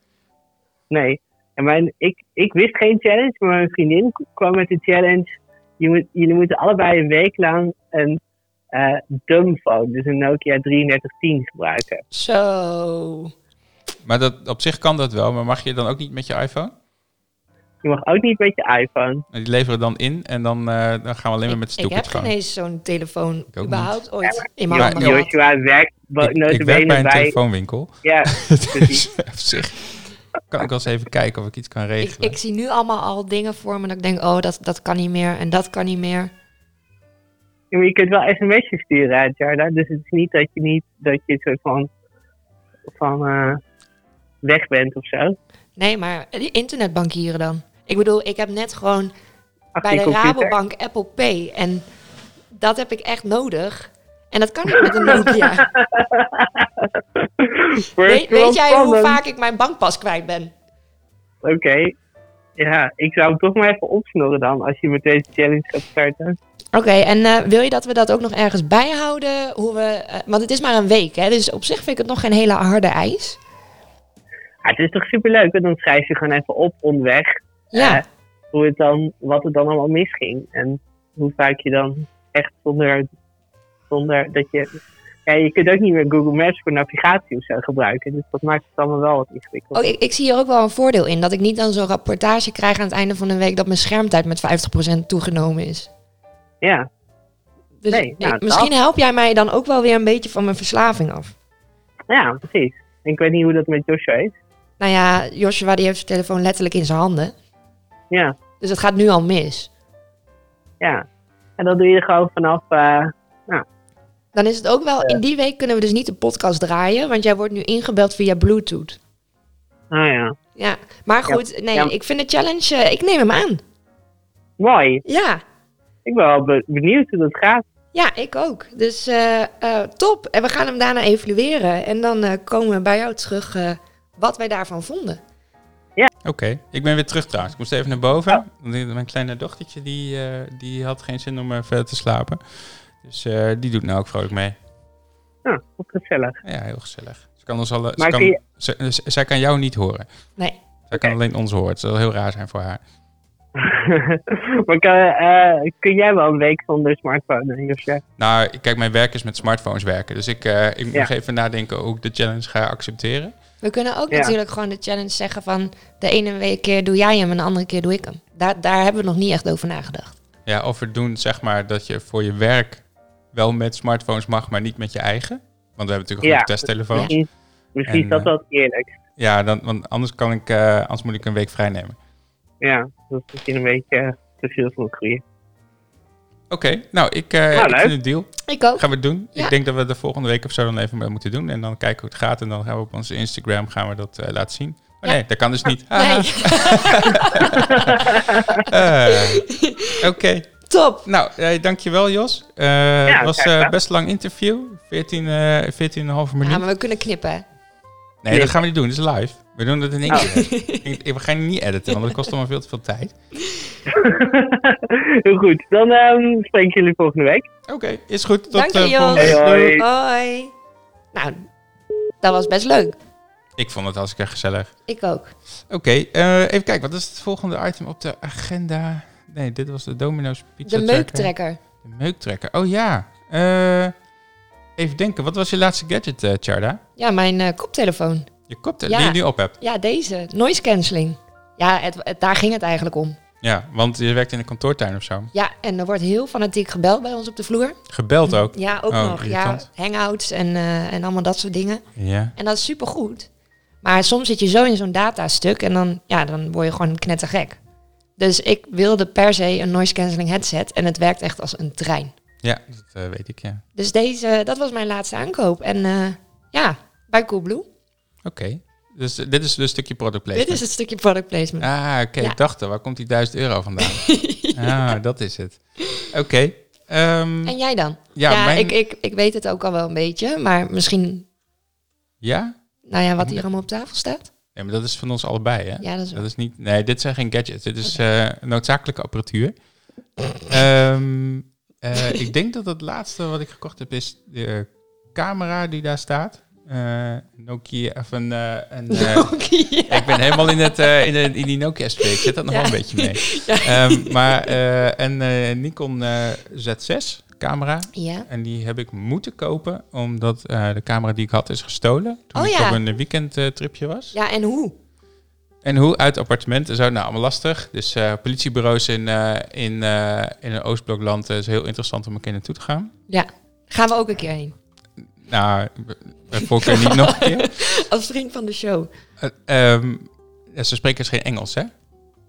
Speaker 4: Nee. En mijn, ik, ik wist geen challenge, maar mijn vriendin k- kwam met de challenge. Je moet, jullie moeten allebei een week lang een eh dumbphone, dus een Nokia 3310 gebruiken.
Speaker 2: Zo.
Speaker 1: Maar dat, op zich kan dat wel, maar mag je dan ook niet met je iPhone?
Speaker 4: Je mag ook niet met je iPhone.
Speaker 1: En Die leveren dan in en dan, eh, dan gaan we alleen maar met
Speaker 2: Ik heb
Speaker 1: stoepjes
Speaker 2: geen
Speaker 1: gaan.
Speaker 2: eens zo'n telefoon
Speaker 1: ook
Speaker 2: überhaupt ooit in mijn
Speaker 1: Ja,
Speaker 2: handen
Speaker 1: joh,
Speaker 2: gehad.
Speaker 4: Joshua werkt bo-
Speaker 1: Ik, ik werk
Speaker 4: notabene
Speaker 1: bij een
Speaker 4: bij...
Speaker 1: telefoonwinkel.
Speaker 4: Ja, precies.
Speaker 1: Dus op zich kan ik wel eens even kijken of ik iets kan
Speaker 2: Ik,
Speaker 1: regelen.
Speaker 2: ik zie nu allemaal al dingen voor me dat ik denk, oh, dat, dat kan niet meer en dat kan niet meer.
Speaker 4: Ja, maar je kunt wel sms'jes sturen, hè, Jarda. Dus het is niet dat je niet dat je soort van, van eh, weg bent of zo.
Speaker 2: Nee, maar die internetbankieren dan. Ik bedoel, ik heb net gewoon
Speaker 4: Achter
Speaker 2: bij
Speaker 4: je
Speaker 2: de
Speaker 4: computer.
Speaker 2: Rabobank Apple Pay. En dat heb ik echt nodig. En dat kan niet met een Nokia.
Speaker 4: Weet,
Speaker 2: Weet, weet jij hoe vaak ik mijn bankpas kwijt ben?
Speaker 4: Oké. Ja, ik zou hem toch maar even opsnorren dan, als je met deze challenge gaat starten.
Speaker 2: Oké, en eh, wil je dat we dat ook nog ergens bijhouden? Hoe we, eh, want het is maar een week, hè? Dus op zich vind ik het nog geen hele harde eis.
Speaker 4: Ja, het is toch superleuk, want dan schrijf je gewoon even op onderweg
Speaker 2: Ja.
Speaker 4: Eh, hoe het dan, wat er dan allemaal misging. En hoe vaak je dan echt zonder, zonder dat je... Ja, je kunt ook niet meer Google Maps voor navigatie of zo gebruiken. Dus dat maakt het allemaal wel wat ingewikkeld.
Speaker 2: Oh, ik, ik zie hier ook wel een voordeel in. Dat ik niet dan zo'n rapportage krijg aan het einde van de week dat mijn schermtijd met 50% toegenomen is.
Speaker 4: Ja,
Speaker 2: Dus
Speaker 4: Nee, nou,
Speaker 2: ik- misschien
Speaker 4: dat-
Speaker 2: help jij mij dan ook wel weer een beetje van mijn verslaving af.
Speaker 4: ja, precies. Ik weet niet hoe dat met Joshua is.
Speaker 2: Nou ja, Joshua die heeft zijn telefoon letterlijk in zijn handen.
Speaker 4: Ja,
Speaker 2: Dus het gaat nu al mis.
Speaker 4: ja. En dat doe je gewoon vanaf... eh,
Speaker 2: Dan is het ook wel, in die week kunnen we dus niet de podcast draaien, want jij wordt nu ingebeld via Bluetooth.
Speaker 4: nou ja,
Speaker 2: Ja, maar goed, nee,
Speaker 4: Ja.
Speaker 2: ik vind de challenge, eh, ik neem hem aan.
Speaker 4: mooi.
Speaker 2: Ja,
Speaker 4: Ik ben wel be- benieuwd hoe dat gaat.
Speaker 2: ja, ik ook. Dus eh, eh, top. En we gaan hem daarna evalueren. En dan eh, komen we bij jou terug eh, wat wij daarvan vonden.
Speaker 1: Oké, ik ben weer terug trouwens. Ik moest even naar boven. Want Mijn kleine dochtertje die, eh, die had geen zin om eh, verder te slapen. Dus eh, die doet nou ook vrolijk mee.
Speaker 4: Ja, Nou, wat gezellig.
Speaker 1: Ja, heel gezellig. Ze kan ons alle, ze
Speaker 4: Maar
Speaker 1: kan,
Speaker 4: kun je-
Speaker 1: ze- ze- zij kan jou niet horen.
Speaker 2: Nee.
Speaker 1: Zij kan alleen ons horen. Het zal heel raar zijn voor haar.
Speaker 4: maar kan, eh, kun jij wel een week zonder smartphone, Joshua?
Speaker 1: Nou, kijk, mijn werk is met smartphones werken. Dus ik, eh, ik moet
Speaker 4: Ja.
Speaker 1: nog even nadenken hoe ik de challenge ga accepteren.
Speaker 2: We kunnen ook
Speaker 4: Ja.
Speaker 2: natuurlijk gewoon de challenge zeggen van de ene week keer doe jij hem en de andere keer doe ik hem. Daar, daar hebben we nog niet echt over nagedacht.
Speaker 1: Ja, of we doen zeg maar dat je voor je werk wel met smartphones mag, maar niet met je eigen. Want we hebben natuurlijk gewoon
Speaker 4: Ja.
Speaker 1: testtelefoons. Ja,
Speaker 4: Misschien, misschien
Speaker 1: En,
Speaker 4: dat
Speaker 1: eh,
Speaker 4: dat eerlijk.
Speaker 1: dan, want anders, kan ik, eh, anders moet ik een week vrijnemen.
Speaker 4: Ja, dat is misschien een beetje eh, te veel van het goede.
Speaker 1: Oké, nou, ik, eh ik
Speaker 4: leuk.
Speaker 1: vind het deal.
Speaker 2: Ik ook.
Speaker 1: Gaan we het doen.
Speaker 2: Ja.
Speaker 1: Ik denk dat we de volgende week of zo dan even mee moeten doen. En dan kijken hoe het gaat. En dan gaan we op onze Instagram gaan we dat eh, laten zien. Oh,
Speaker 2: Ja.
Speaker 1: Nee, dat kan dus niet.
Speaker 2: Nee,
Speaker 1: Haha. Eh, Oké.
Speaker 2: top.
Speaker 1: Nou, eh, dankjewel Jos. Eh,
Speaker 4: Ja,
Speaker 1: het was
Speaker 4: graag
Speaker 1: eh
Speaker 4: gedaan.
Speaker 1: best een lang interview. 14, eh 14,5 minuut.
Speaker 2: Ja, maar we kunnen knippen. hè?
Speaker 1: Nee, dat gaan we niet doen. Dit is live. We doen het in
Speaker 2: Oh.
Speaker 1: één keer. We gaan het niet editen, want dat kost allemaal veel te veel tijd.
Speaker 4: Heel goed, dan ehm spreken jullie volgende week.
Speaker 1: Oké, is goed. Tot
Speaker 2: Dank je,
Speaker 1: eh,
Speaker 2: Jos.
Speaker 1: volgende
Speaker 4: Hey,
Speaker 1: week.
Speaker 4: hoi.
Speaker 1: Doei.
Speaker 2: Hoi. Nou, dat was best leuk.
Speaker 1: Ik vond het hartstikke gezellig.
Speaker 2: Ik ook.
Speaker 1: Oké, eh, even kijken. Wat is het volgende item op de agenda? Nee, dit was de Domino's Pizza
Speaker 2: De meuktrekker.
Speaker 1: De meuktrekker. Oh ja. Eh, even denken. Wat was je laatste gadget, eh Charda?
Speaker 2: Ja, mijn eh, koptelefoon.
Speaker 1: Je kopte
Speaker 2: Ja.
Speaker 1: die je nu op hebt.
Speaker 2: Ja, deze. Noise cancelling. Ja, het, het- daar ging het eigenlijk om.
Speaker 1: Ja, want je werkt in een kantoortuin of zo.
Speaker 2: Ja, en er wordt heel fanatiek gebeld bij ons op de vloer.
Speaker 1: Gebeld ook.
Speaker 2: Ja, ook
Speaker 1: Oh,
Speaker 2: nog.
Speaker 1: irritant.
Speaker 2: Ja, hangouts en, eh, en allemaal dat soort dingen.
Speaker 1: Ja.
Speaker 2: En dat is supergoed. Maar soms zit je zo in zo'n datastuk en dan, ja, dan word je gewoon knettergek. Dus ik wilde per se een noise cancelling headset en het werkt echt als een trein.
Speaker 1: Ja, dat eh, weet ik, ja.
Speaker 2: Dus deze, dat was mijn laatste aankoop. En eh, ja, bij Coolblue.
Speaker 1: Oké. Dus eh, dit is dus een stukje product placement.
Speaker 2: Dit is het stukje product placement.
Speaker 1: Ah, oké.
Speaker 2: Ja.
Speaker 1: Ik dacht er, waar komt die 1000 euro vandaan? Ah, dat is het. Oké. ehm,
Speaker 2: En jij dan?
Speaker 1: Ja, mijn-
Speaker 2: ik, ik, ik weet het ook al wel een beetje, maar misschien,
Speaker 1: ja?
Speaker 2: nou ja, wat hier allemaal op tafel staat.
Speaker 1: Nee, maar dat is van ons allebei, hè?
Speaker 2: Ja, dat is waar.
Speaker 1: Dat is niet... Nee, dit zijn geen gadgets. Dit is eh, noodzakelijke apparatuur. Ehm, eh, ik denk dat het laatste wat ik gekocht heb is de camera die daar staat. Eh, Nokia, of een... eh, een eh, Ja, ik ben helemaal in, het, eh, in, de- in die Nokia-streek. Zit dat nog wel een beetje mee. Ehm, maar eh, een eh, Nikon eh, Z6 camera.
Speaker 2: Ja.
Speaker 1: En die heb ik moeten kopen, omdat eh, de camera die ik had is gestolen. Toen
Speaker 2: Oh
Speaker 1: ik
Speaker 2: ja.
Speaker 1: op een weekendtripje was.
Speaker 2: Ja, en hoe?
Speaker 1: En hoe? Uit appartementen. Zo, nou, allemaal lastig. Dus eh, politiebureaus in, eh, in, eh, in een Oostblokland eh, is heel interessant om een keer naartoe te gaan.
Speaker 2: Ja, gaan we ook een keer heen.
Speaker 1: Nou, bij- bij voorkeur niet nog een keer.
Speaker 2: Als vriend van de show.
Speaker 1: Eh, ehm, ja, ze spreken dus geen Engels, hè?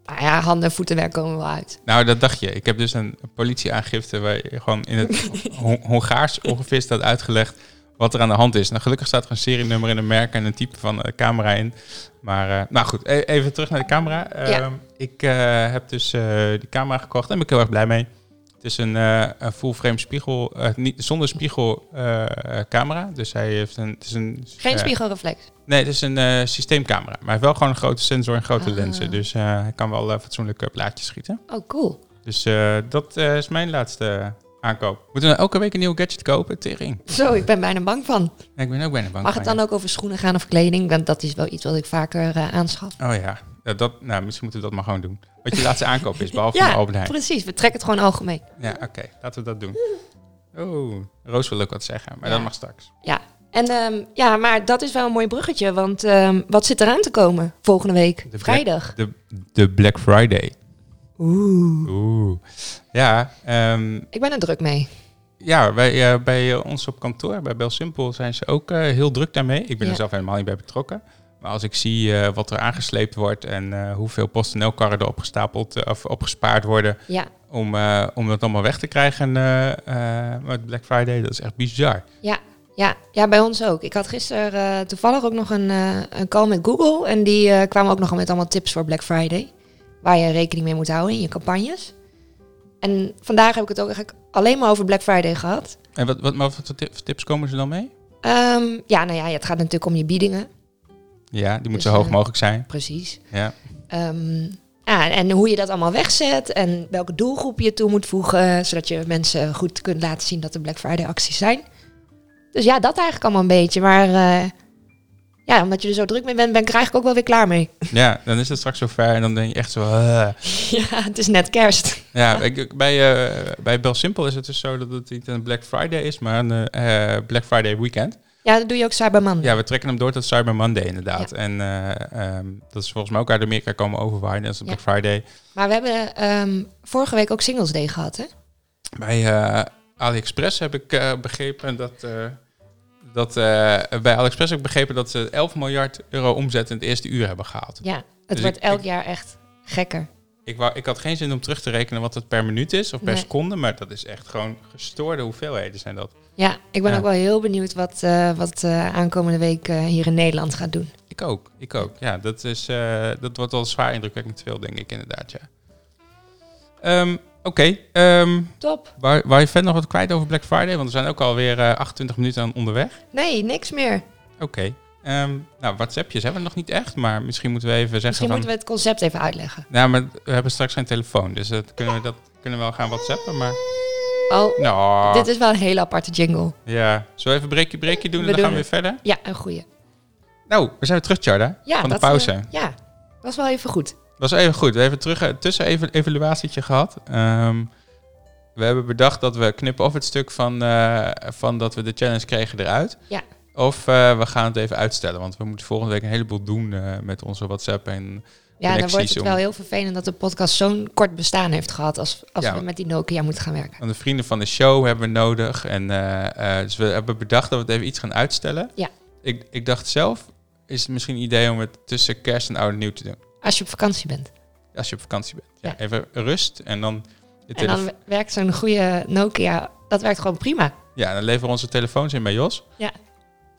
Speaker 2: Nou ja, handen en voetenwerk komen wel uit.
Speaker 1: Nou, dat dacht je. Ik heb dus een politieaangifte waar je gewoon in het Hon- Hongaars ongeveer staat uitgelegd wat er aan de hand is. Nou, gelukkig staat er een serienummer en een merk en een type van eh, camera in. Maar eh, nou goed, e- even terug naar de camera.
Speaker 2: Ja.
Speaker 1: Ehm, Ik eh, heb dus eh, die camera gekocht en ben ik heel erg blij mee. Het Het is een, eh, een full-frame spiegel, eh, niet, zonder spiegelcamera. camera. dus hij heeft een... Het is een
Speaker 2: Geen
Speaker 1: eh,
Speaker 2: spiegelreflex.
Speaker 1: Nee, het is een eh, systeemcamera. Maar hij heeft wel gewoon een grote sensor en grote
Speaker 2: Ah.
Speaker 1: lenzen. Dus eh, hij kan wel eh, fatsoenlijke plaatjes schieten.
Speaker 2: Oh, cool.
Speaker 1: Dus eh, dat eh, is mijn laatste aankoop. We moeten nou elke week een nieuwe gadget kopen, tering.
Speaker 2: Zo, ik ben bijna bang van.
Speaker 1: Ja, ik ben ook bijna bang
Speaker 2: Mag het
Speaker 1: van
Speaker 2: dan ook over schoenen gaan of kleding? Want dat is wel iets wat ik vaker eh, aanschaf.
Speaker 1: je. Oh ja, Ja, dat, nou, misschien moeten we dat maar gewoon doen. Wat je laatste aankoop is, behalve van
Speaker 2: Ja,
Speaker 1: Albert Heijn.
Speaker 2: precies. We trekken het gewoon algemeen.
Speaker 1: Ja, oké, laten we dat doen. Oh, Roos wil ook wat zeggen, maar
Speaker 2: Ja.
Speaker 1: dat mag straks.
Speaker 2: Ja. En ehm, ja, maar dat is wel een mooi bruggetje. Want ehm, wat zit eraan te komen volgende week?
Speaker 1: Black-
Speaker 2: Vrijdag.
Speaker 1: De, de Black Friday.
Speaker 2: Oeh.
Speaker 1: Oeh. Ja, ehm,
Speaker 2: Ik ben er druk mee.
Speaker 1: Ja, bij, eh, bij eh, ons op kantoor, bij Bel Simpel, zijn ze ook eh, heel druk daarmee. Ik ben
Speaker 2: Ja.
Speaker 1: er zelf helemaal niet bij betrokken. Maar als ik zie eh, wat er aangesleept wordt en eh, hoeveel PostNL-karren er opgestapeld eh, of opgespaard worden
Speaker 2: Ja.
Speaker 1: om, eh, om dat allemaal weg te krijgen eh, eh, met Black Friday, dat is echt bizar.
Speaker 2: Ja, ja, ja, bij ons ook. Ik had gisteren eh, toevallig ook nog een, eh, een call met Google. En die eh, kwamen ook nog met allemaal tips voor Black Friday. Waar je rekening mee moet houden in je campagnes. En vandaag heb ik het ook eigenlijk alleen maar over Black Friday gehad.
Speaker 1: En wat, wat, maar wat voor ti- voor tips komen ze dan mee?
Speaker 2: Ehm, ja, nou ja, het gaat natuurlijk om je biedingen.
Speaker 1: Ja, die moeten
Speaker 2: Dus,
Speaker 1: zo hoog
Speaker 2: eh,
Speaker 1: mogelijk zijn.
Speaker 2: Precies.
Speaker 1: Ja.
Speaker 2: Ehm, ja, en hoe je dat allemaal wegzet en welke doelgroep je toe moet voegen, zodat je mensen goed kunt laten zien dat er Black Friday acties zijn. Dus ja, dat eigenlijk allemaal een beetje. Maar eh, ja, omdat je er zo druk mee bent, ben ik er eigenlijk ook wel weer klaar mee.
Speaker 1: ja, dan is het straks zover en dan denk je echt zo... eh.
Speaker 2: ja, het is net kerst.
Speaker 1: Ja, ik- ik- bij, eh, bij Bel Simpel is het dus zo dat het niet een Black Friday is, maar een eh, eh, Black Friday weekend.
Speaker 2: Ja, dat doe je ook Cyberman.
Speaker 1: Ja, we trekken hem door tot Cyber Monday inderdaad. En eh, ehm, dat is volgens mij ook uit Amerika komen overwaaien. Dat is een
Speaker 2: Ja.
Speaker 1: Black Friday.
Speaker 2: Maar we hebben ehm, vorige week ook Singles Day gehad, hè?
Speaker 1: Bij eh, AliExpress heb ik eh, begrepen dat... eh, dat eh, bij AliExpress heb ik begrepen dat ze 11 miljard euro omzet in het eerste uur hebben gehaald.
Speaker 2: Ja, het
Speaker 1: Dus
Speaker 2: wordt
Speaker 1: ik-
Speaker 2: elk
Speaker 1: ik-
Speaker 2: jaar echt gekker.
Speaker 1: Ik, wou, ik had geen zin om terug te rekenen wat het per minuut is of per
Speaker 2: Nee.
Speaker 1: seconde. Maar dat is echt gewoon gestoorde hoeveelheden zijn dat.
Speaker 2: Ja, ik ben
Speaker 1: Ja.
Speaker 2: ook wel heel benieuwd wat, eh, wat eh, aankomende week eh, hier in Nederland gaat doen.
Speaker 1: Ik ook, ik ook. Ja, dat, is, eh, dat wordt wel zwaar indrukwekkend veel, denk ik inderdaad, ja. Ehm, Oké, ehm,
Speaker 2: Top.
Speaker 1: waar, waar je verder nog wat kwijt over Black Friday? Want we zijn ook alweer eh 28 minuten aan onderweg.
Speaker 2: Nee, niks meer.
Speaker 1: Oké. ehm, nou, WhatsAppjes hebben we nog niet echt, maar misschien moeten we even zeggen
Speaker 2: Misschien
Speaker 1: van...
Speaker 2: moeten we het concept even uitleggen.
Speaker 1: Nou, maar we hebben straks geen telefoon, dus dat kunnen we, dat kunnen we wel gaan WhatsAppen, maar...
Speaker 2: Oh,
Speaker 1: Nou,
Speaker 2: dit is wel een hele aparte jingle.
Speaker 1: ja. Zullen we even breekje breekje doen en
Speaker 2: We
Speaker 1: dan gaan we
Speaker 2: doen
Speaker 1: weer verder?
Speaker 2: Ja, een goeie.
Speaker 1: Nou, we zijn weer terug, Charda,
Speaker 2: Ja,
Speaker 1: van de
Speaker 2: dat,
Speaker 1: pauze.
Speaker 2: eh, ja, was wel even goed.
Speaker 1: Dat was even goed. We hebben terug een tussen-evaluatietje gehad. Ehm, we hebben bedacht dat we knippen of het stuk van, eh, van dat we de challenge kregen eruit.
Speaker 2: Ja.
Speaker 1: Of eh, we gaan het even uitstellen. Want we moeten volgende week een heleboel doen eh, met onze WhatsApp. En
Speaker 2: Ja, dan wordt
Speaker 1: Connecties
Speaker 2: het
Speaker 1: om-
Speaker 2: wel heel vervelend dat de podcast zo'n kort bestaan heeft gehad als, als
Speaker 1: Ja.
Speaker 2: we met die Nokia moeten gaan werken.
Speaker 1: aan de vrienden van de show hebben we nodig. En, eh, eh, dus we hebben bedacht dat we het even iets gaan uitstellen.
Speaker 2: Ja.
Speaker 1: Ik, ik dacht zelf, is het misschien een idee om het tussen kerst en oud en nieuw te doen.
Speaker 2: Als je op vakantie bent.
Speaker 1: Als je op vakantie bent. Ja,
Speaker 2: Ja.
Speaker 1: Even rust en dan... de
Speaker 2: En
Speaker 1: telefo-
Speaker 2: dan werkt zo'n goede Nokia, dat werkt gewoon prima.
Speaker 1: Ja, dan leveren we onze telefoons in bij Jos.
Speaker 2: Ja.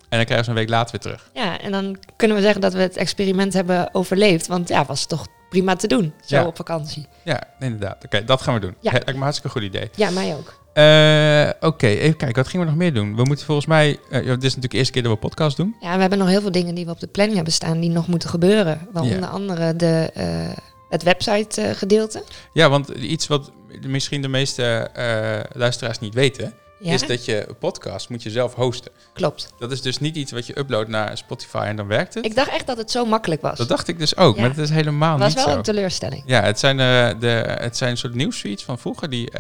Speaker 1: En dan krijgen we ze een week later weer terug.
Speaker 2: Ja, en dan kunnen we zeggen dat we het experiment hebben overleefd. Want ja, was toch prima te doen, zo
Speaker 1: Ja.
Speaker 2: op vakantie.
Speaker 1: Ja, inderdaad. Oké, dat gaan we doen. Ja.
Speaker 2: Ja.
Speaker 1: Lijkt me een hartstikke goed idee.
Speaker 2: Ja, mij ook.
Speaker 1: Eh, Oké, even kijken. Wat gingen we nog meer doen? We moeten volgens mij... eh, ja, dit is natuurlijk de eerste keer dat we een podcast doen.
Speaker 2: Ja, we hebben nog heel veel dingen die we op de planning hebben staan die nog moeten gebeuren. Waaronder
Speaker 1: Ja.
Speaker 2: andere de, eh, het website eh, gedeelte.
Speaker 1: Ja, want iets wat misschien de meeste eh, luisteraars niet weten...
Speaker 2: Ja,
Speaker 1: is dat je een podcast moet je zelf hosten.
Speaker 2: klopt.
Speaker 1: Dat is dus niet iets wat je uploadt naar Spotify en dan werkt het.
Speaker 2: Ik dacht echt dat het zo makkelijk was.
Speaker 1: Dat dacht ik dus ook,
Speaker 2: Ja.
Speaker 1: maar dat is helemaal
Speaker 2: was
Speaker 1: niet
Speaker 2: wel
Speaker 1: zo.
Speaker 2: een teleurstelling.
Speaker 1: Ja, het zijn, eh, de, het zijn een soort nieuwsfeeds van vroeger, die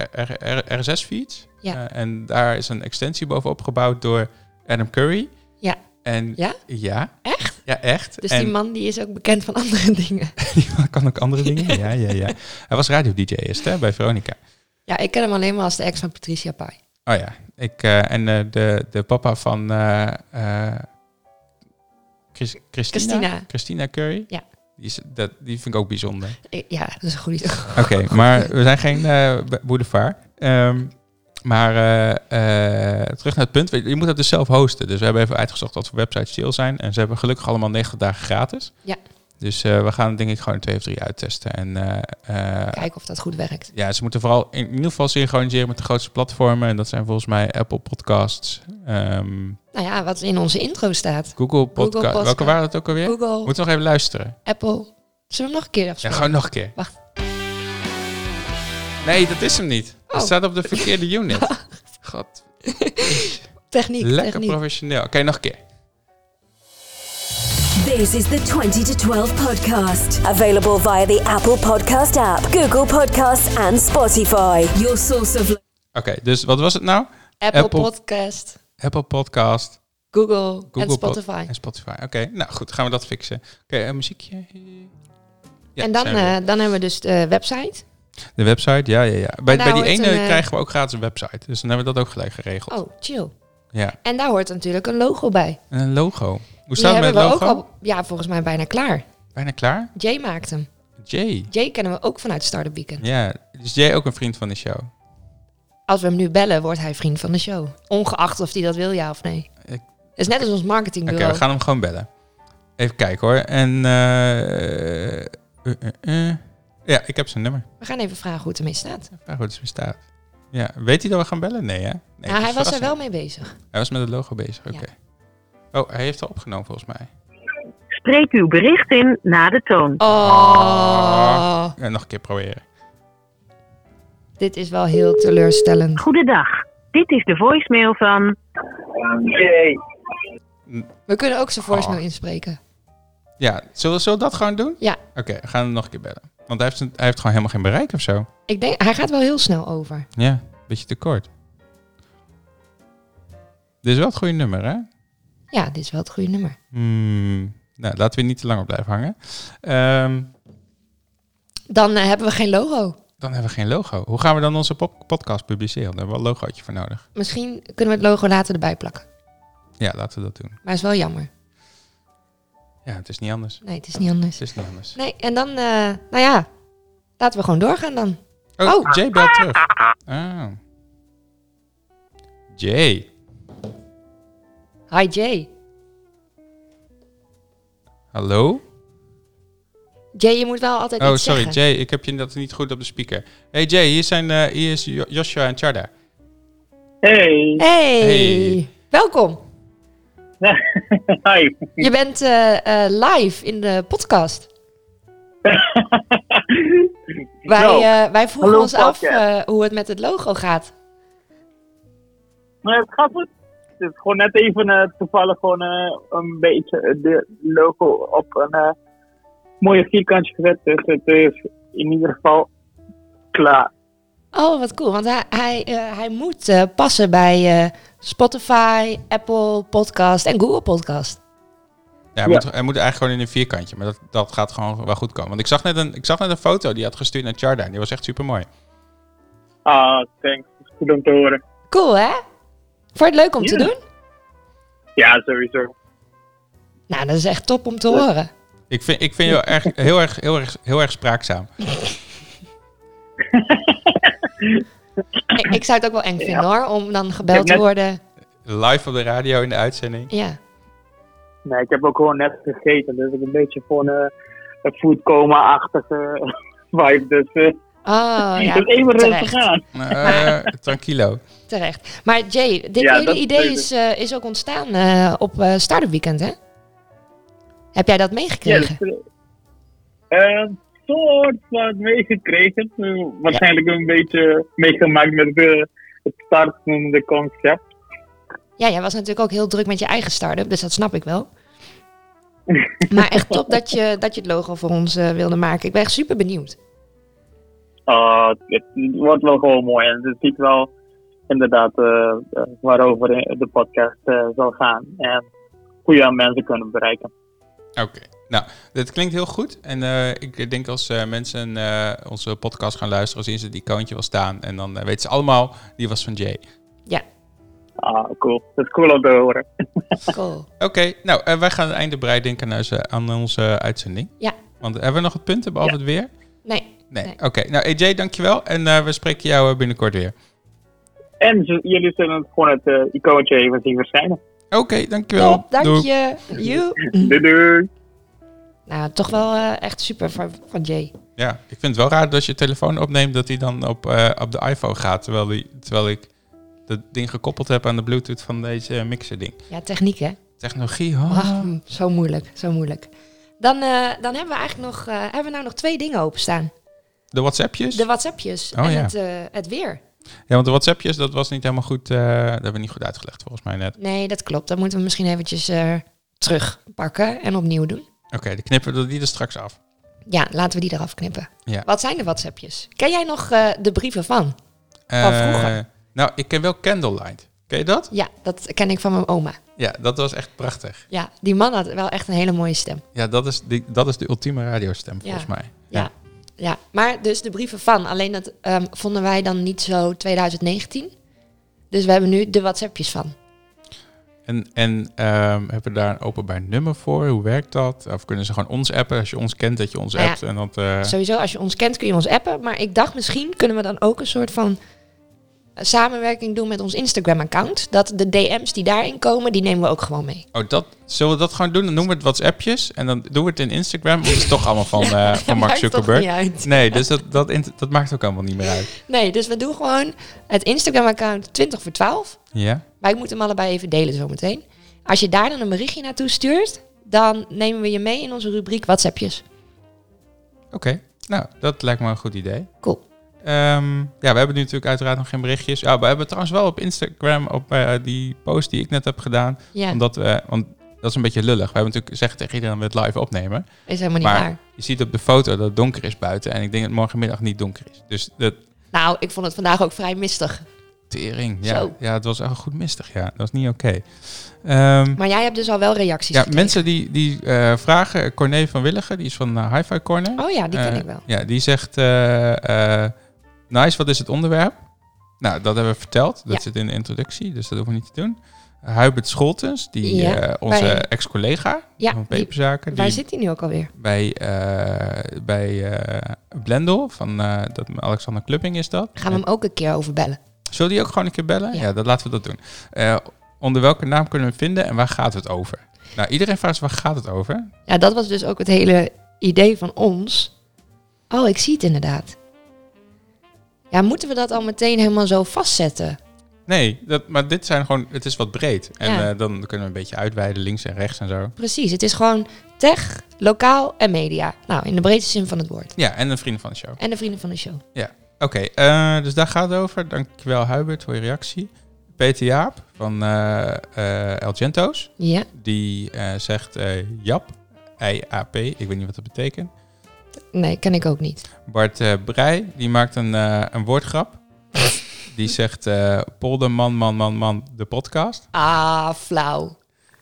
Speaker 1: RSS-feeds.
Speaker 2: Ja.
Speaker 1: Eh, en daar is een extensie bovenop gebouwd door Adam Curry.
Speaker 2: Ja.
Speaker 1: En,
Speaker 2: Ja?
Speaker 1: Ja.
Speaker 2: Echt?
Speaker 1: Ja, echt.
Speaker 2: Dus
Speaker 1: en
Speaker 2: die man die is ook bekend van andere dingen.
Speaker 1: die kan ook andere dingen. Ja, ja, ja. Hij was radio-dj eerst, hè, bij Veronica.
Speaker 2: Ja, ik ken hem alleen maar als de ex van Patricia Pai.
Speaker 1: Oh ja, ik, eh, en eh, de, de papa van eh, eh, Chris- Christina,
Speaker 2: Christina.
Speaker 1: Christina Curry.
Speaker 2: Ja.
Speaker 1: Die, is, dat, die vind ik ook bijzonder.
Speaker 2: Ik- Ja, dat is een goede
Speaker 1: Oké, maar we zijn geen eh, b- boulevard. Ehm, maar eh, eh, terug naar het punt. Je moet het dus zelf hosten. Dus we hebben even uitgezocht wat voor websites chill zijn. En ze hebben gelukkig allemaal 90 dagen gratis.
Speaker 2: Ja.
Speaker 1: Dus eh, we gaan het denk ik gewoon twee of drie uittesten. En eh, eh,
Speaker 2: Kijken of dat goed werkt.
Speaker 1: ja, ze moeten vooral in ieder geval synchroniseren met de grootste platformen. En dat zijn volgens mij Apple Podcasts, ehm,
Speaker 2: Nou ja, wat in onze intro staat.
Speaker 1: Google Podcasts.
Speaker 2: Podcast.
Speaker 1: Welke waren dat ook alweer?
Speaker 2: Google,
Speaker 1: Moeten we nog even luisteren.
Speaker 2: Apple. Zullen we hem nog een keer
Speaker 1: Ja,
Speaker 2: afspelen?
Speaker 1: gewoon nog een keer.
Speaker 2: Wacht.
Speaker 1: Nee, dat is hem niet. Hij
Speaker 2: Oh.
Speaker 1: staat op de verkeerde unit. God,
Speaker 2: Techniek,
Speaker 1: lekker
Speaker 2: techniek.
Speaker 1: professioneel. Oké, nog een keer.
Speaker 3: This is the 20 to 12 podcast, available via the Apple Podcast app, Google Podcasts, and Spotify. Your source of
Speaker 1: Oké, dus wat was het nou?
Speaker 2: Apple,
Speaker 1: Apple.
Speaker 2: Podcast,
Speaker 1: Apple Podcast,
Speaker 2: Google, en
Speaker 1: Google Pod-
Speaker 2: Spotify.
Speaker 1: en Spotify. Oké, nou goed, gaan we dat fixen. Oké, een muziekje. Ja,
Speaker 2: en dan,
Speaker 1: zijn we
Speaker 2: eh, dan hebben we dus de website.
Speaker 1: weer. de website, ja, ja, ja. Bij, bij
Speaker 2: daar
Speaker 1: die
Speaker 2: hoort
Speaker 1: ene
Speaker 2: een, eh,
Speaker 1: krijgen we ook gratis een website. Dus dan hebben we dat ook gelijk geregeld.
Speaker 2: Oh, chill.
Speaker 1: Ja,
Speaker 2: En daar hoort natuurlijk een logo bij.
Speaker 1: en een logo. Hoe
Speaker 2: Die
Speaker 1: staat het met
Speaker 2: hebben
Speaker 1: het
Speaker 2: we ook
Speaker 1: logo?
Speaker 2: al, ja, volgens mij bijna klaar.
Speaker 1: Bijna klaar.
Speaker 2: Jay maakt hem.
Speaker 1: Jay.
Speaker 2: Jay kennen we ook vanuit Startup Weekend.
Speaker 1: Ja, is Jay ook een vriend van de show?
Speaker 2: Als we hem nu bellen, wordt hij vriend van de show. Ongeacht of hij dat wil, ja of nee.
Speaker 1: Ik-
Speaker 2: Het is net als ons
Speaker 1: Oké,
Speaker 2: marketingbureau.
Speaker 1: we gaan hem gewoon bellen. Even kijken hoor. En eh, eh, eh, eh. ja, ik heb zijn nummer.
Speaker 2: even vragen hoe het ermee staat.
Speaker 1: Vraag wat het zo staat. Ja, weet hij dat we gaan bellen? Nee, hè? Nee, het
Speaker 2: nou,
Speaker 1: is
Speaker 2: hij was er
Speaker 1: verrassing.
Speaker 2: wel mee bezig.
Speaker 1: Hij was met het logo bezig. Oké.
Speaker 2: Ja.
Speaker 1: Oh, hij heeft al opgenomen volgens mij.
Speaker 5: Spreek uw bericht in na de toon.
Speaker 2: Oh,
Speaker 1: Ja, nog een keer proberen.
Speaker 2: dit is wel heel teleurstellend.
Speaker 5: Goedendag. Dit is de voicemail van.
Speaker 2: We kunnen ook zijn voicemail
Speaker 1: Ah.
Speaker 2: inspreken.
Speaker 1: Ja, zullen, we- zullen we dat gewoon doen?
Speaker 2: Ja,
Speaker 1: Oké, we gaan hem nog een keer bellen. Want hij heeft, een- hij heeft gewoon helemaal geen bereik of zo.
Speaker 2: ik denk, hij gaat wel heel snel over.
Speaker 1: Ja, beetje te kort. Dit is wel het goede nummer, hè?
Speaker 2: Ja, dit is wel het goede nummer.
Speaker 1: Hmm, Nou, laten we hier niet te lang op blijven hangen. Ehm,
Speaker 2: Dan eh, hebben we geen logo.
Speaker 1: dan hebben we geen logo. Hoe gaan we dan onze pop- podcast publiceren? Daar hebben we een logootje voor nodig.
Speaker 2: Misschien kunnen we het logo later erbij plakken.
Speaker 1: Ja, laten we dat doen.
Speaker 2: Maar is wel jammer.
Speaker 1: Ja, het is niet anders.
Speaker 2: Nee, het is niet anders.
Speaker 1: Het is niet anders.
Speaker 2: Nee, en dan, eh, nou ja, laten we gewoon doorgaan dan.
Speaker 1: Oh,
Speaker 2: Oh.
Speaker 1: Jay belt terug. Oh. Jay.
Speaker 2: Hi Jay.
Speaker 1: Hallo?
Speaker 2: Jay, je moet wel altijd
Speaker 1: Oh,
Speaker 2: iets
Speaker 1: sorry,
Speaker 2: zeggen.
Speaker 1: Jay. Ik heb je dat niet goed op de speaker. Hey Jay, hier, zijn, eh, hier is Jo- Joshua en Charda.
Speaker 6: Hey.
Speaker 2: Hey.
Speaker 1: Hey.
Speaker 2: welkom.
Speaker 6: Hi.
Speaker 2: Je bent eh, eh, live in de podcast. Wij,
Speaker 6: Nou,
Speaker 2: eh, wij vroegen
Speaker 6: hallo,
Speaker 2: ons af
Speaker 6: podcast.
Speaker 2: eh, hoe het met het logo gaat.
Speaker 6: maar het gaat goed. Het is gewoon net even eh, toevallig gewoon eh, een beetje eh, de logo op een eh, mooie vierkantje gezet. Dus het is in ieder geval klaar.
Speaker 2: Oh, wat cool. Want hij, hij, eh, hij moet eh, passen bij eh, Spotify, Apple Podcast en Google Podcast.
Speaker 1: Ja, hij, Moet, hij moet eigenlijk gewoon in een vierkantje. Maar dat, dat gaat gewoon wel goed komen. Want ik zag net een, ik zag net een foto die hij had gestuurd naar Charda. En die was echt super mooi.
Speaker 6: Ah, thanks. Goed om te horen.
Speaker 2: Cool, hè? Vond je het leuk om te
Speaker 6: Ja.
Speaker 2: doen?
Speaker 6: Ja, sowieso.
Speaker 2: Nou, dat is echt top om te horen.
Speaker 1: Ik vind, ik vind jou erg, heel, erg, heel, erg, heel erg spraakzaam.
Speaker 2: Ik, ik zou het ook wel eng vinden, hoor, om dan
Speaker 6: heb
Speaker 2: gebeld te
Speaker 6: net-
Speaker 2: worden.
Speaker 1: Live op de radio in de uitzending.
Speaker 2: Ja.
Speaker 6: Nee, ik heb ook gewoon net gegeten. Dus ik een beetje gewoon eh, een foodcoma-achtige vibe. Dus eh
Speaker 2: Oh, ja.
Speaker 6: het is even rustig
Speaker 2: terecht,
Speaker 6: aan.
Speaker 1: Eh, tranquilo.
Speaker 2: terecht. Maar Jay, dit
Speaker 6: Ja,
Speaker 2: hele
Speaker 6: dat
Speaker 2: idee
Speaker 6: weet
Speaker 2: is, eh, is ook ontstaan eh, op eh Startup Weekend, hè? Heb jij dat meegekregen?
Speaker 6: Ja, dat, eh, eh, soort van meegekregen. Eh, waarschijnlijk een beetje meegemaakt met de, het startende concept.
Speaker 2: Ja, jij was natuurlijk ook heel druk met je eigen start-up, dus dat snap ik wel. maar echt top dat je, dat je het logo voor ons eh, wilde maken. Ik ben echt super benieuwd.
Speaker 6: Ah, het wordt wel gewoon mooi en het ziet wel inderdaad eh, eh, waarover de podcast eh, zal gaan. En hoe je aan mensen kunnen bereiken.
Speaker 1: Oké. Nou, dit klinkt heel goed. En eh, ik denk als eh, mensen eh, onze podcast gaan luisteren, zien ze het icoontje wel staan. En dan eh, weten ze allemaal, die was van Jay.
Speaker 6: Ah, cool. Dat is cool om te horen.
Speaker 2: Cool.
Speaker 1: Oké, nou, eh, wij gaan het einde breid denken aan onze, aan onze uitzending.
Speaker 2: Ja.
Speaker 1: Want hebben we nog het punt, behalve het weer?
Speaker 2: Nee,
Speaker 1: Nee.
Speaker 2: Nee.
Speaker 1: Oké, nou AJ, dankjewel. En eh, we spreken jou eh, binnenkort weer.
Speaker 6: En ze- jullie zullen gewoon het eh, icoontje even zien verschijnen.
Speaker 1: Oké, dankjewel.
Speaker 2: top. Dank
Speaker 1: Doei.
Speaker 2: je. Joe.
Speaker 6: Doei doei!
Speaker 2: Nou, toch wel eh, echt super van, van Jay.
Speaker 1: Ja, ik vind het wel raar dat als je telefoon opneemt dat hij dan op, eh, op de iPhone gaat. Terwijl, die, terwijl ik dat ding gekoppeld heb aan de Bluetooth van deze eh, mixer ding.
Speaker 2: Ja, techniek hè.
Speaker 1: Technologie, hoor.
Speaker 2: Ach, mm, zo moeilijk, zo moeilijk. Dan, eh, dan hebben we eigenlijk nog, eh, hebben we nou nog twee dingen openstaan.
Speaker 1: De WhatsAppjes?
Speaker 2: De WhatsAppjes
Speaker 1: Oh,
Speaker 2: en
Speaker 1: ja.
Speaker 2: het, eh, het weer.
Speaker 1: ja, want de WhatsAppjes, dat was niet helemaal goed. eh, dat hebben we niet goed uitgelegd volgens mij net.
Speaker 2: Nee, dat klopt. Dan moeten we misschien eventjes eh, terugpakken en opnieuw doen.
Speaker 1: Oké, dan knippen we die er straks af.
Speaker 2: Ja, laten we die eraf knippen.
Speaker 1: Ja.
Speaker 2: Wat zijn de WhatsAppjes? Ken jij nog eh, de brieven van? Van
Speaker 1: Eh,
Speaker 2: Oh, vroeger.
Speaker 1: Nou, ik ken wel Candlelight. Ken je dat?
Speaker 2: Ja, dat ken ik van mijn oma.
Speaker 1: Ja, dat was echt prachtig.
Speaker 2: Ja, die man had wel echt een hele mooie stem.
Speaker 1: Ja, dat is, die, dat is de ultieme radiostem
Speaker 2: Ja.
Speaker 1: volgens mij.
Speaker 2: Ja. ja. maar dus de brieven van. Alleen dat ehm, vonden wij dan niet zo 2019. Dus we hebben nu de WhatsAppjes van.
Speaker 1: En, en ehm, hebben we daar een openbaar nummer voor? Hoe werkt dat? Of kunnen ze gewoon ons appen? Als je ons kent, dat je ons
Speaker 2: Nou ja,
Speaker 1: appt. En dat, eh,
Speaker 2: Sowieso, als je ons kent kun je ons appen. Maar ik dacht misschien kunnen we dan ook een soort van eh, samenwerking doen met ons Instagram-account. Dat de DM's die daarin komen, die nemen we ook gewoon mee.
Speaker 1: oh, dat, zullen we dat gewoon doen? Dan noemen we het WhatsAppjes. En dan doen we het in Instagram. Dat is toch allemaal van, eh, van Mark
Speaker 2: maakt toch
Speaker 1: Zuckerberg.
Speaker 2: niet uit.
Speaker 1: Nee, dus dat, dat, int- dat maakt ook allemaal niet meer uit.
Speaker 2: Nee, dus we doen gewoon het Instagram-account 20 voor 12.
Speaker 1: Ja?
Speaker 2: Wij moeten hem allebei even delen zometeen. Als je daar dan een berichtje naartoe stuurt, dan nemen we je mee in onze rubriek WhatsAppjes.
Speaker 1: Oké. Nou, dat lijkt me een goed idee.
Speaker 2: Cool.
Speaker 1: Ehm, ja, we hebben nu natuurlijk uiteraard nog geen berichtjes. Ja, we hebben trouwens wel op Instagram, op eh, die post die ik net heb gedaan.
Speaker 2: Ja,
Speaker 1: Omdat we, want dat is een beetje lullig. We hebben natuurlijk zeggen tegen iedereen dat we het live opnemen.
Speaker 2: is helemaal niet
Speaker 1: maar-
Speaker 2: waar.
Speaker 1: Je ziet op de foto dat het donker is buiten. En ik denk dat het morgenmiddag niet donker is. Dus de
Speaker 2: Nou, ik vond het vandaag ook vrij mistig.
Speaker 1: tering. Ja,
Speaker 2: Zo.
Speaker 1: ja het was echt goed mistig. Ja, dat is niet oké. Ehm,
Speaker 2: Maar jij hebt dus al wel reacties
Speaker 1: ja,
Speaker 2: gekregen.
Speaker 1: mensen die, die eh, vragen. Corné van Willigen, die is van eh, Hi-Fi Corner.
Speaker 2: Oh ja, die ken
Speaker 1: Eh,
Speaker 2: ik wel.
Speaker 1: Ja, die zegt... eh, eh, nice, wat is het onderwerp? Nou, dat hebben we verteld. Dat
Speaker 2: Ja.
Speaker 1: zit in de introductie, dus dat hoeven we niet te doen. Hubert Scholtens, die,
Speaker 2: Ja,
Speaker 1: eh, onze
Speaker 2: bij-
Speaker 1: ex-collega
Speaker 2: Ja,
Speaker 1: van
Speaker 2: die-
Speaker 1: Peperzaken.
Speaker 2: Waar
Speaker 1: die-
Speaker 2: zit hij nu ook alweer?
Speaker 1: bij, eh bij eh, Blendel van eh, dat Alexander Klupping is dat.
Speaker 2: Gaan we hem ook een keer over bellen?
Speaker 1: Zullen die ook gewoon een keer bellen? Ja,
Speaker 2: Ja.
Speaker 1: dat laten we dat doen. Eh, onder welke naam kunnen we hem vinden en waar gaat het over? Nou, iedereen vraagt zich, waar gaat het over?
Speaker 2: Ja, dat was dus ook het hele idee van ons. Oh, ik zie het inderdaad. Ja, moeten we dat al meteen helemaal zo vastzetten?
Speaker 1: Nee, dat, maar dit zijn gewoon, het is wat breed. En
Speaker 2: Ja.
Speaker 1: eh, dan kunnen we een beetje uitweiden, links en rechts en zo.
Speaker 2: Precies, het is gewoon tech, lokaal en media. Nou, in de breedste zin van het woord.
Speaker 1: Ja, en een vriend van de show.
Speaker 2: En de vrienden van de show.
Speaker 1: Oké, eh, dus daar gaat het over. Dankjewel Hubert voor je reactie. Peter Jaap van eh, eh, El Gento's.
Speaker 2: Ja,
Speaker 1: Die eh, zegt eh, Jap, I-A-P, ik weet niet wat dat betekent.
Speaker 2: nee, ken ik ook niet.
Speaker 1: Bart eh, Breij, die maakt een, eh, een woordgrap. die zegt eh, Polder, man, man, man, man, de podcast.
Speaker 2: Ah, flauw.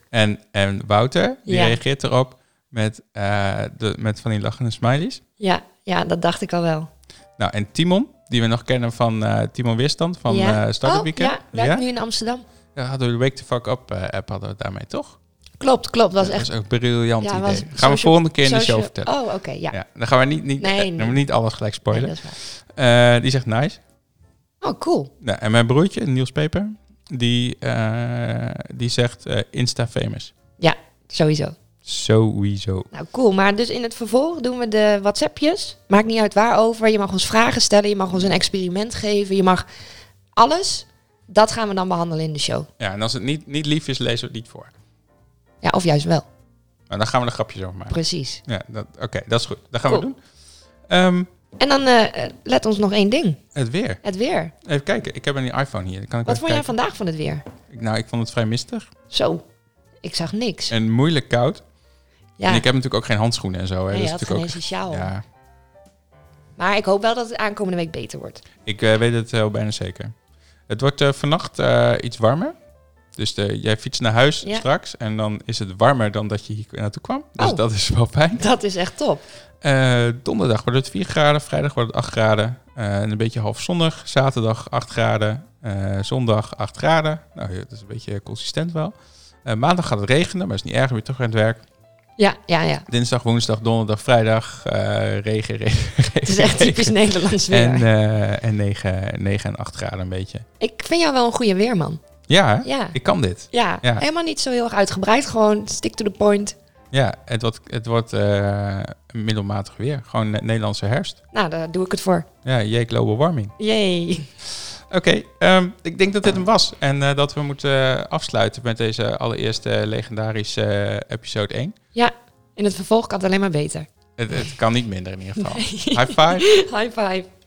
Speaker 1: En, en Wouter, die
Speaker 2: Ja.
Speaker 1: reageert erop met, eh, de, met van die lachende smileys.
Speaker 2: Ja, ja, dat dacht ik al wel.
Speaker 1: Nou, en Timon, die we nog kennen van eh, Timon Weerstand van eh
Speaker 2: ja.
Speaker 1: Startup
Speaker 2: oh,
Speaker 1: Weekend.
Speaker 2: ja, werkt nu in Amsterdam.
Speaker 1: Ja, hadden we de Wake the Fuck Up eh, app hadden we daarmee, toch?
Speaker 2: Klopt, klopt. Dat was echt...
Speaker 1: Dat is ook een briljant
Speaker 2: Ja,
Speaker 1: idee.
Speaker 2: was
Speaker 1: Gaan we
Speaker 2: social-
Speaker 1: volgende keer in de
Speaker 2: social-
Speaker 1: show vertellen.
Speaker 2: Oh, oké, ja.
Speaker 1: Ja, dan gaan we niet, niet,
Speaker 2: Nee,
Speaker 1: eh,
Speaker 2: nee.
Speaker 1: niet alles gelijk
Speaker 2: Nee,
Speaker 1: spoilen.
Speaker 2: dat is waar.
Speaker 1: Eh, die zegt nice.
Speaker 2: Oh, cool.
Speaker 1: Nou, en mijn broertje, Niels Peper, die, eh, die zegt eh, Insta famous.
Speaker 2: Ja, sowieso.
Speaker 1: Sowieso.
Speaker 2: Nou, cool. Maar dus in het vervolg doen we de WhatsAppjes. Maakt niet uit waarover. Je mag ons vragen stellen. Je mag ons een experiment geven. Je mag alles. Dat gaan we dan behandelen in de show.
Speaker 1: Ja, en als het niet, niet lief is, lezen we het niet voor.
Speaker 2: Ja, of juist wel.
Speaker 1: Maar dan gaan we er grapjes over maken.
Speaker 2: Precies.
Speaker 1: Ja, dat- oké, dat is goed. Dat gaan we
Speaker 2: Cool.
Speaker 1: doen. Ehm,
Speaker 2: En dan eh, eh, let ons nog één ding.
Speaker 1: het weer.
Speaker 2: Het weer.
Speaker 1: Even kijken, ik heb een iPhone hier. Dan Kan ik
Speaker 2: Wat
Speaker 1: even
Speaker 2: vond jij
Speaker 1: kijken.
Speaker 2: vandaag van het weer?
Speaker 1: Ik- Nou, ik vond het vrij mistig
Speaker 2: Zo. Ik zag niks.
Speaker 1: en moeilijk koud.
Speaker 2: Ja,
Speaker 1: En ik heb natuurlijk ook geen handschoenen en zo. Hè.
Speaker 2: nee, je
Speaker 1: dat
Speaker 2: had
Speaker 1: is
Speaker 2: geen
Speaker 1: natuurlijk ook.
Speaker 2: essentiaal.
Speaker 1: Ja,
Speaker 2: Maar ik hoop wel dat het aankomende week beter wordt.
Speaker 1: ik eh, weet het wel bijna zeker. Het wordt eh, vannacht eh, iets warmer. Dus eh, jij fietst naar huis
Speaker 2: Ja.
Speaker 1: straks en dan is het warmer dan dat je hier naartoe kwam. Dus
Speaker 2: Oh.
Speaker 1: dat is wel fijn.
Speaker 2: Dat is echt top.
Speaker 1: Eh, donderdag wordt het 4 graden, vrijdag wordt het 8 graden. eh, en een beetje half zonnig. Zaterdag 8 graden, eh, zondag 8 graden. Nou, ja, dat is een beetje consistent wel. Eh, maandag gaat het regenen, maar is niet erg, weer terug aan het werk.
Speaker 2: Ja, ja, ja.
Speaker 1: Dinsdag, woensdag, donderdag, vrijdag, eh, regen, regen,
Speaker 2: Het is echt typisch Nederlands weer.
Speaker 1: En, eh, en 9, 9 en 8 graden een beetje.
Speaker 2: Ik vind jou wel een goede weerman.
Speaker 1: Ja, hè?
Speaker 2: Ja.
Speaker 1: ik kan dit.
Speaker 2: Ja,
Speaker 1: Ja.
Speaker 2: helemaal niet zo heel erg uitgebreid. Gewoon stick to the point.
Speaker 1: Ja, het wordt, het wordt eh, middelmatig weer. Gewoon ne- Nederlandse herfst.
Speaker 2: Nou, daar doe ik het voor.
Speaker 1: Ja, jee, global warming.
Speaker 2: Jee.
Speaker 1: Oké, ehm, ik denk dat dit hem was. En eh, dat we moeten eh, afsluiten met deze allereerste legendarische eh, episode 1.
Speaker 2: Ja, in het vervolg kan het alleen maar beter.
Speaker 1: Het, het kan niet minder in ieder geval. High five.
Speaker 2: High five.